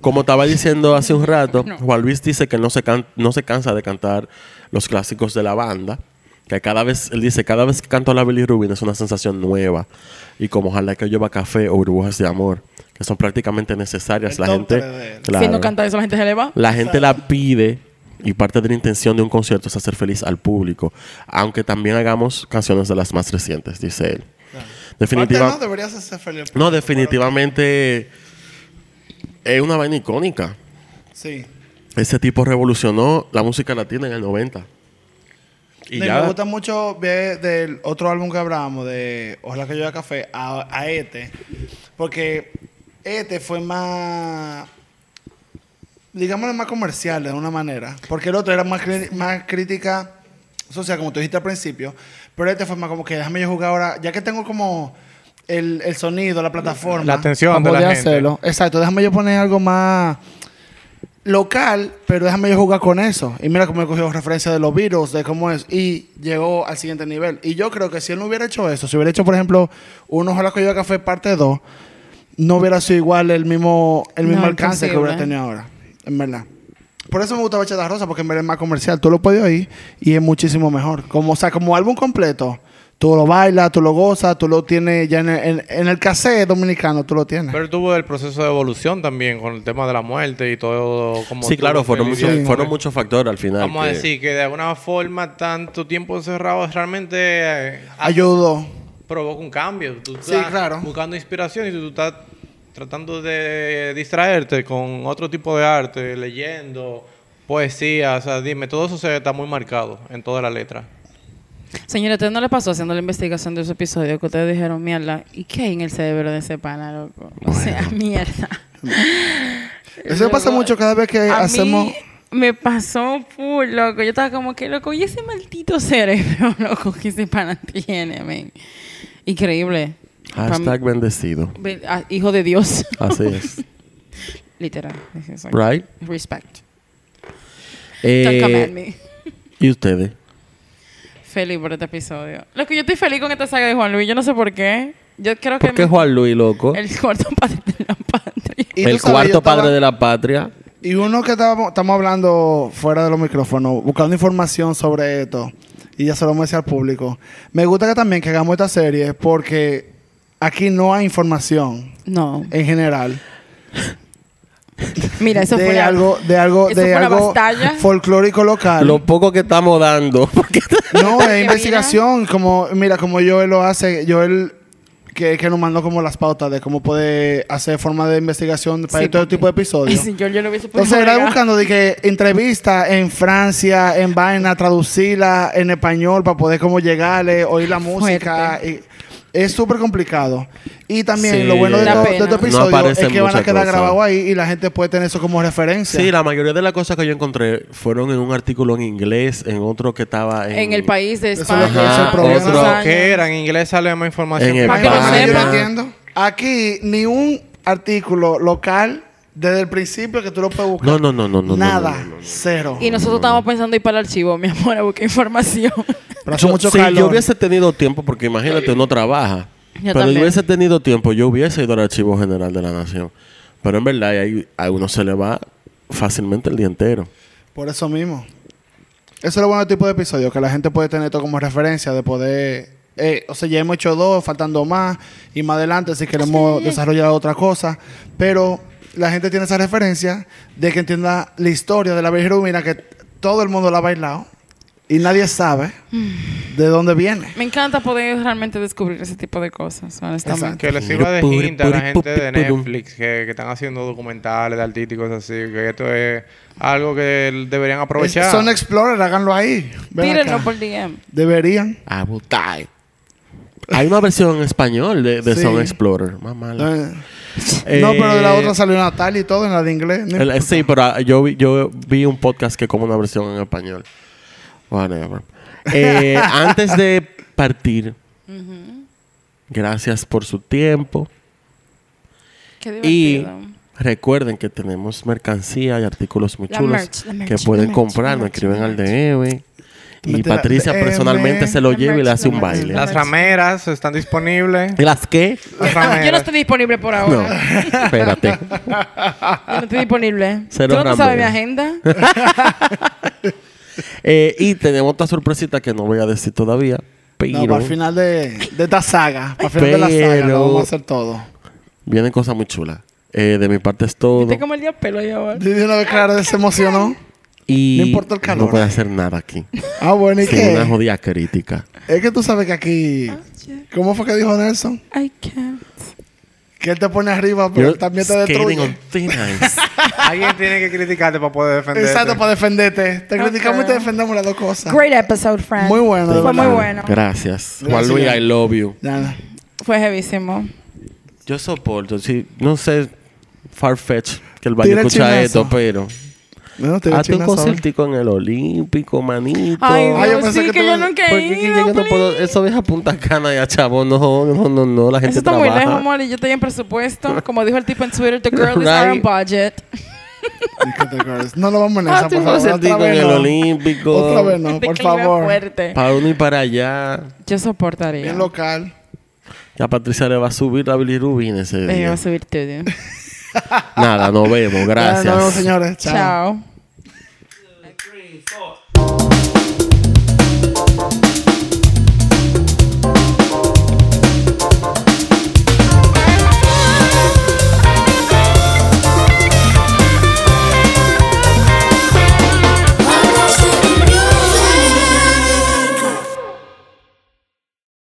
[SPEAKER 3] Como estaba diciendo hace un rato,
[SPEAKER 2] No.
[SPEAKER 3] Juan Luis dice que no se, can- no se cansa de cantar los clásicos de la banda. Que cada vez, él dice, cada vez que canto la bilirrubina es una sensación nueva. Y como ojalá que lleva café o burbujas de amor, que son prácticamente necesarias.
[SPEAKER 4] El
[SPEAKER 3] la
[SPEAKER 4] top
[SPEAKER 3] gente,
[SPEAKER 4] tres de él.
[SPEAKER 3] claro,
[SPEAKER 2] Si no canta eso, la gente se le va.
[SPEAKER 3] la gente la pide y parte de la intención de un concierto es hacer feliz al público. Aunque también hagamos canciones de las más recientes, dice él.
[SPEAKER 4] Definitivamente.
[SPEAKER 3] Definitiva,
[SPEAKER 4] No deberías hacer feliz.
[SPEAKER 3] no, definitivamente es una vaina icónica.
[SPEAKER 4] Sí.
[SPEAKER 3] Ese tipo revolucionó la música latina en el 90. Y
[SPEAKER 4] No, y
[SPEAKER 3] ya.
[SPEAKER 4] Me gusta mucho ver del otro álbum que hablábamos de Ojalá que yo café a, a este. Porque este fue más. Digamos más comercial de una manera. Porque el otro era más, cri- más crítica social, como tú dijiste al principio. Pero este fue más como que déjame yo jugar ahora. Ya que tengo como el, el sonido, la plataforma.
[SPEAKER 5] La atención
[SPEAKER 4] para
[SPEAKER 5] de la
[SPEAKER 4] poder
[SPEAKER 5] gente.
[SPEAKER 4] hacerlo. Exacto, déjame yo poner algo más local, pero déjame yo jugar con eso. Y mira cómo he cogido referencia de los Beatles, de cómo es. Y llegó al siguiente nivel. Y yo creo que si él no hubiera hecho eso, si hubiera hecho, por ejemplo, un Ojalá que yo café parte 2, no hubiera sido igual el mismo, el mismo
[SPEAKER 2] No,
[SPEAKER 4] alcance que
[SPEAKER 2] imposible.
[SPEAKER 4] hubiera tenido ahora. En verdad. Por eso me gusta Bachata Rosa, porque en verdad es más comercial. Tú lo puedes oír y es muchísimo mejor. Como, o sea, como álbum completo. Tú lo bailas, tú lo gozas, tú lo tienes ya en el, en, en el cassette dominicano, tú lo tienes.
[SPEAKER 5] Pero tuvo el proceso de evolución también con el tema de la muerte y todo. Como
[SPEAKER 3] Sí, claro,
[SPEAKER 5] tuvo que
[SPEAKER 3] fueron, muchos-
[SPEAKER 5] lidiar con
[SPEAKER 3] fueron
[SPEAKER 5] eso.
[SPEAKER 3] muchos factores al final.
[SPEAKER 5] Vamos a
[SPEAKER 3] que-
[SPEAKER 5] decir que de alguna forma tanto tiempo encerrado realmente eh,
[SPEAKER 4] Ayudó.
[SPEAKER 5] provoca un cambio. Tú
[SPEAKER 4] Sí,
[SPEAKER 5] estás
[SPEAKER 4] claro.
[SPEAKER 5] buscando inspiración y tú estás tratando de distraerte con otro tipo de arte, leyendo, poesía, o sea, dime, todo eso se está muy marcado en toda la letra.
[SPEAKER 2] Señora, ¿usted no le pasó haciendo la investigación de ese episodio que ustedes dijeron, mierda, ¿y qué hay en el cerebro de ese pana, loco? O sea, [laughs] mierda.
[SPEAKER 4] Eso me pasa
[SPEAKER 2] Luego,
[SPEAKER 4] mucho cada vez que
[SPEAKER 2] a mí
[SPEAKER 4] hacemos.
[SPEAKER 2] me pasó full, loco. Yo estaba como que, loco, y ese maldito cerebro, [laughs] loco, que ese pana tiene, men. Increíble. Pa' mí-
[SPEAKER 3] Hashtag bendecido.
[SPEAKER 2] Ve- ah, hijo de
[SPEAKER 3] [laughs]
[SPEAKER 2] Dios.
[SPEAKER 3] Así es.
[SPEAKER 2] [laughs] Literal. es eso.
[SPEAKER 3] Right?
[SPEAKER 2] Respect. Don't come at
[SPEAKER 3] Eh,
[SPEAKER 2] me.
[SPEAKER 3] ¿Y ustedes?
[SPEAKER 2] Feliz por este episodio. Loco, yo estoy feliz con esta saga de Juan Luis. Yo no sé por qué. Yo creo que...
[SPEAKER 3] ¿Por qué
[SPEAKER 2] mi-
[SPEAKER 3] Juan Luis, loco? El,
[SPEAKER 2] El cuarto [laughs] padre de la patria.
[SPEAKER 4] Y tú sabes, yo
[SPEAKER 3] cuarto
[SPEAKER 4] estaba-
[SPEAKER 3] padre de la patria.
[SPEAKER 4] Y uno que estábamos, estamos hablando fuera de los micrófonos, buscando información sobre esto, y ya se lo vamos a decir al público. Me gusta que también que hagamos esta serie porque aquí no hay información
[SPEAKER 2] No.
[SPEAKER 4] en general
[SPEAKER 2] Mira, eso
[SPEAKER 4] de
[SPEAKER 2] fue la-
[SPEAKER 4] algo
[SPEAKER 2] [laughs]
[SPEAKER 4] de algo
[SPEAKER 2] eso
[SPEAKER 4] de
[SPEAKER 2] fue la
[SPEAKER 4] algo
[SPEAKER 2] batalla.
[SPEAKER 4] folclórico local.
[SPEAKER 3] Lo poco que estamos dando. porque-
[SPEAKER 4] No,
[SPEAKER 2] mira. [laughs]
[SPEAKER 4] es investigación, como mira como Joel lo hace, Joel que, que nos mandó como las pautas de cómo puede hacer forma de investigación para
[SPEAKER 2] Sí,
[SPEAKER 4] todo
[SPEAKER 2] porque-
[SPEAKER 4] tipo de episodios.
[SPEAKER 2] Si yo, yo lo hubiese podido
[SPEAKER 4] Entonces era
[SPEAKER 2] agregar.
[SPEAKER 4] buscando de que entrevista en Francia, en vaina, traducirla en español para poder como llegarle, oír la música. y- es súper complicado. Y también
[SPEAKER 3] Sí.
[SPEAKER 4] lo bueno de,
[SPEAKER 2] Da
[SPEAKER 4] todo- de
[SPEAKER 2] pena.
[SPEAKER 4] este
[SPEAKER 2] No
[SPEAKER 4] episodio es
[SPEAKER 3] aparecen
[SPEAKER 4] que van a
[SPEAKER 3] muchas
[SPEAKER 4] quedar
[SPEAKER 3] cosas.
[SPEAKER 4] grabado ahí y la gente puede tener eso como referencia.
[SPEAKER 3] Sí, la mayoría de las cosas que yo encontré fueron en un artículo en inglés, en otro que estaba en...
[SPEAKER 2] En el país de
[SPEAKER 4] Eso
[SPEAKER 2] España.
[SPEAKER 4] es lo que es el
[SPEAKER 2] hace
[SPEAKER 4] problema.
[SPEAKER 2] unos
[SPEAKER 5] Lo
[SPEAKER 3] Otro
[SPEAKER 2] años.
[SPEAKER 5] que era, en inglés sale más información.
[SPEAKER 3] En
[SPEAKER 4] Para que lo
[SPEAKER 2] España. sepa.
[SPEAKER 4] sepan. Aquí ni un artículo local desde el principio que tú lo puedes buscar.
[SPEAKER 3] No, no, no, no, no, no,
[SPEAKER 4] Nada,
[SPEAKER 3] no, no, no, no.
[SPEAKER 4] cero.
[SPEAKER 2] Y nosotros estábamos pensando ir para el archivo, mi amor, a buscar información. [laughs]
[SPEAKER 4] Pero hace
[SPEAKER 3] Yo-
[SPEAKER 4] mucho
[SPEAKER 3] si
[SPEAKER 4] calor.
[SPEAKER 3] yo hubiese tenido tiempo, porque imagínate, uno trabaja.
[SPEAKER 2] Yo
[SPEAKER 3] pero
[SPEAKER 2] también.
[SPEAKER 3] yo hubiese tenido tiempo, yo hubiese ido al Archivo General de la Nación. Pero en verdad, ahí a uno se le va fácilmente el día entero.
[SPEAKER 4] Por eso mismo. Eso es lo bueno del tipo de episodio, que la gente puede tener esto como referencia de poder... eh, o sea, ya hemos hecho dos, faltando más, y más adelante si queremos desarrollar otra cosa, pero la gente tiene esa referencia de que entienda la historia de la Virgen Rubina, que todo el mundo la ha bailado, y nadie sabe de dónde viene.
[SPEAKER 2] Me encanta poder realmente descubrir ese tipo de cosas, honestamente.
[SPEAKER 5] Que les sirva de hint a la gente de Netflix que, que están haciendo documentales de artistas y cosas así. Que esto es algo que deberían aprovechar.
[SPEAKER 4] Es- Son Explorer, háganlo ahí. Ven
[SPEAKER 2] Tírenlo
[SPEAKER 4] acá.
[SPEAKER 2] por DM.
[SPEAKER 4] Deberían.
[SPEAKER 3] A votar. Hay una versión en español de, de
[SPEAKER 4] Sí.
[SPEAKER 3] Sound Explorer. Más mala.
[SPEAKER 4] Eh, No, pero de la
[SPEAKER 3] Eh,
[SPEAKER 4] otra salió Natalia y todo, en la de inglés. ni-
[SPEAKER 3] El- eh, sí, pero ah, yo, vi, yo vi un podcast que como una versión en español. Whatever.
[SPEAKER 2] [laughs]
[SPEAKER 3] Eh, antes de partir, gracias por su tiempo.
[SPEAKER 2] Qué
[SPEAKER 3] Y
[SPEAKER 2] divertido.
[SPEAKER 3] recuerden que tenemos mercancía y artículos muy
[SPEAKER 2] La
[SPEAKER 3] chulos
[SPEAKER 2] merch, la merch,
[SPEAKER 3] que
[SPEAKER 2] la
[SPEAKER 3] pueden
[SPEAKER 2] merch,
[SPEAKER 3] comprar.
[SPEAKER 2] la
[SPEAKER 3] Me
[SPEAKER 2] merch,
[SPEAKER 3] escriben
[SPEAKER 2] la
[SPEAKER 3] al
[SPEAKER 2] merch.
[SPEAKER 3] DM. Y
[SPEAKER 4] Mete la
[SPEAKER 3] Patricia
[SPEAKER 4] DM,
[SPEAKER 3] personalmente se lo
[SPEAKER 2] la
[SPEAKER 3] lleva y
[SPEAKER 2] merch,
[SPEAKER 3] le hace
[SPEAKER 2] la
[SPEAKER 3] un
[SPEAKER 2] merch,
[SPEAKER 3] baile.
[SPEAKER 2] la
[SPEAKER 5] Las rameras están
[SPEAKER 4] [laughs]
[SPEAKER 5] disponibles.
[SPEAKER 3] ¿Y ¿Las qué?
[SPEAKER 5] Las
[SPEAKER 2] Yo no
[SPEAKER 5] rameras.
[SPEAKER 2] estoy disponible por [laughs]
[SPEAKER 3] No,
[SPEAKER 2] ahora. Yo
[SPEAKER 3] espérate.
[SPEAKER 2] no estoy disponible.
[SPEAKER 3] Cero
[SPEAKER 2] ¿Tú no te sabes mi
[SPEAKER 3] rambera. [laughs]
[SPEAKER 2] agenda?
[SPEAKER 3] Eh, y tenemos otra sorpresita que no voy a decir todavía. Pero
[SPEAKER 4] No, para el final de, de esta saga. Para el final de la saga
[SPEAKER 3] Pero-
[SPEAKER 4] lo vamos a hacer todo.
[SPEAKER 3] vienen cosas muy chulas. Eh, de mi parte es todo.
[SPEAKER 2] Te como el día pelo ahí ahora.
[SPEAKER 4] Didi una vez Clara se emocionó.
[SPEAKER 3] Y
[SPEAKER 4] No importa el calor.
[SPEAKER 3] no puede hacer nada [laughs] aquí.
[SPEAKER 4] Ah, bueno, ¿y
[SPEAKER 3] Sin
[SPEAKER 4] qué?
[SPEAKER 3] una jodida crítica.
[SPEAKER 4] Es que tú sabes que aquí... ¿Cómo fue que dijo Nelson?
[SPEAKER 2] I can't.
[SPEAKER 4] Que él te pone arriba, pero
[SPEAKER 3] You're
[SPEAKER 4] él también te
[SPEAKER 3] skating on
[SPEAKER 4] destruye.
[SPEAKER 3] thin [laughs] ice.
[SPEAKER 5] Alguien tiene que criticarte para poder defenderte.
[SPEAKER 4] Exacto, para defenderte. Te
[SPEAKER 2] Ok.
[SPEAKER 4] criticamos y te defendemos las dos cosas.
[SPEAKER 2] Great episode, friend.
[SPEAKER 4] Ah. Muy bueno, de
[SPEAKER 2] Fue muy
[SPEAKER 4] verdad.
[SPEAKER 2] bueno.
[SPEAKER 3] Gracias. Juan
[SPEAKER 4] Gracias.
[SPEAKER 3] Luis, I love you.
[SPEAKER 4] Nada.
[SPEAKER 2] Fue heavísimo.
[SPEAKER 3] Yo soporto, sí, no sé, Farfetch, que el baño
[SPEAKER 4] Tira el
[SPEAKER 3] escucha
[SPEAKER 4] chinazo.
[SPEAKER 3] esto, pero.
[SPEAKER 4] No, te voy a
[SPEAKER 3] Hazte un
[SPEAKER 4] chingar, ¿sabes?
[SPEAKER 3] concertico en Ah, el Olímpico, manito.
[SPEAKER 2] Ay,
[SPEAKER 4] Ah, yo
[SPEAKER 2] Dios,
[SPEAKER 4] pensé
[SPEAKER 2] sí, que,
[SPEAKER 4] que tú-
[SPEAKER 2] yo nunca he
[SPEAKER 3] Porque
[SPEAKER 2] ido.
[SPEAKER 3] que yo no
[SPEAKER 2] please.
[SPEAKER 3] puedo, eso deja punta cana y a chabón, no, no, no, no, la gente
[SPEAKER 2] Eso está
[SPEAKER 3] trabaja.
[SPEAKER 2] muy lejos, amor, y yo estoy
[SPEAKER 4] [laughs]
[SPEAKER 2] en presupuesto. Como dijo el tipo en Twitter, the girl is
[SPEAKER 3] Right.
[SPEAKER 2] on budget.
[SPEAKER 4] Discoteca Girls. No lo vamos
[SPEAKER 2] Ah,
[SPEAKER 4] en esa,
[SPEAKER 3] Hazte
[SPEAKER 4] por
[SPEAKER 3] un
[SPEAKER 4] favor. Otra
[SPEAKER 3] concertico en
[SPEAKER 4] vez
[SPEAKER 3] el
[SPEAKER 4] no.
[SPEAKER 3] Olímpico.
[SPEAKER 4] Otra vez
[SPEAKER 2] [laughs]
[SPEAKER 4] no,
[SPEAKER 2] Este
[SPEAKER 4] por
[SPEAKER 2] clima
[SPEAKER 4] favor.
[SPEAKER 2] fuerte.
[SPEAKER 3] Para uno y para allá.
[SPEAKER 2] Yo soportaría.
[SPEAKER 4] Bien local.
[SPEAKER 3] Ya Patricia le va a subir la bilirubina ese
[SPEAKER 2] Me iba
[SPEAKER 3] día.
[SPEAKER 2] a subir todo.
[SPEAKER 3] Nada, nos vemos,
[SPEAKER 4] Ya,
[SPEAKER 3] gracias.
[SPEAKER 4] Nos vemos, señores. Chao.
[SPEAKER 2] Chao.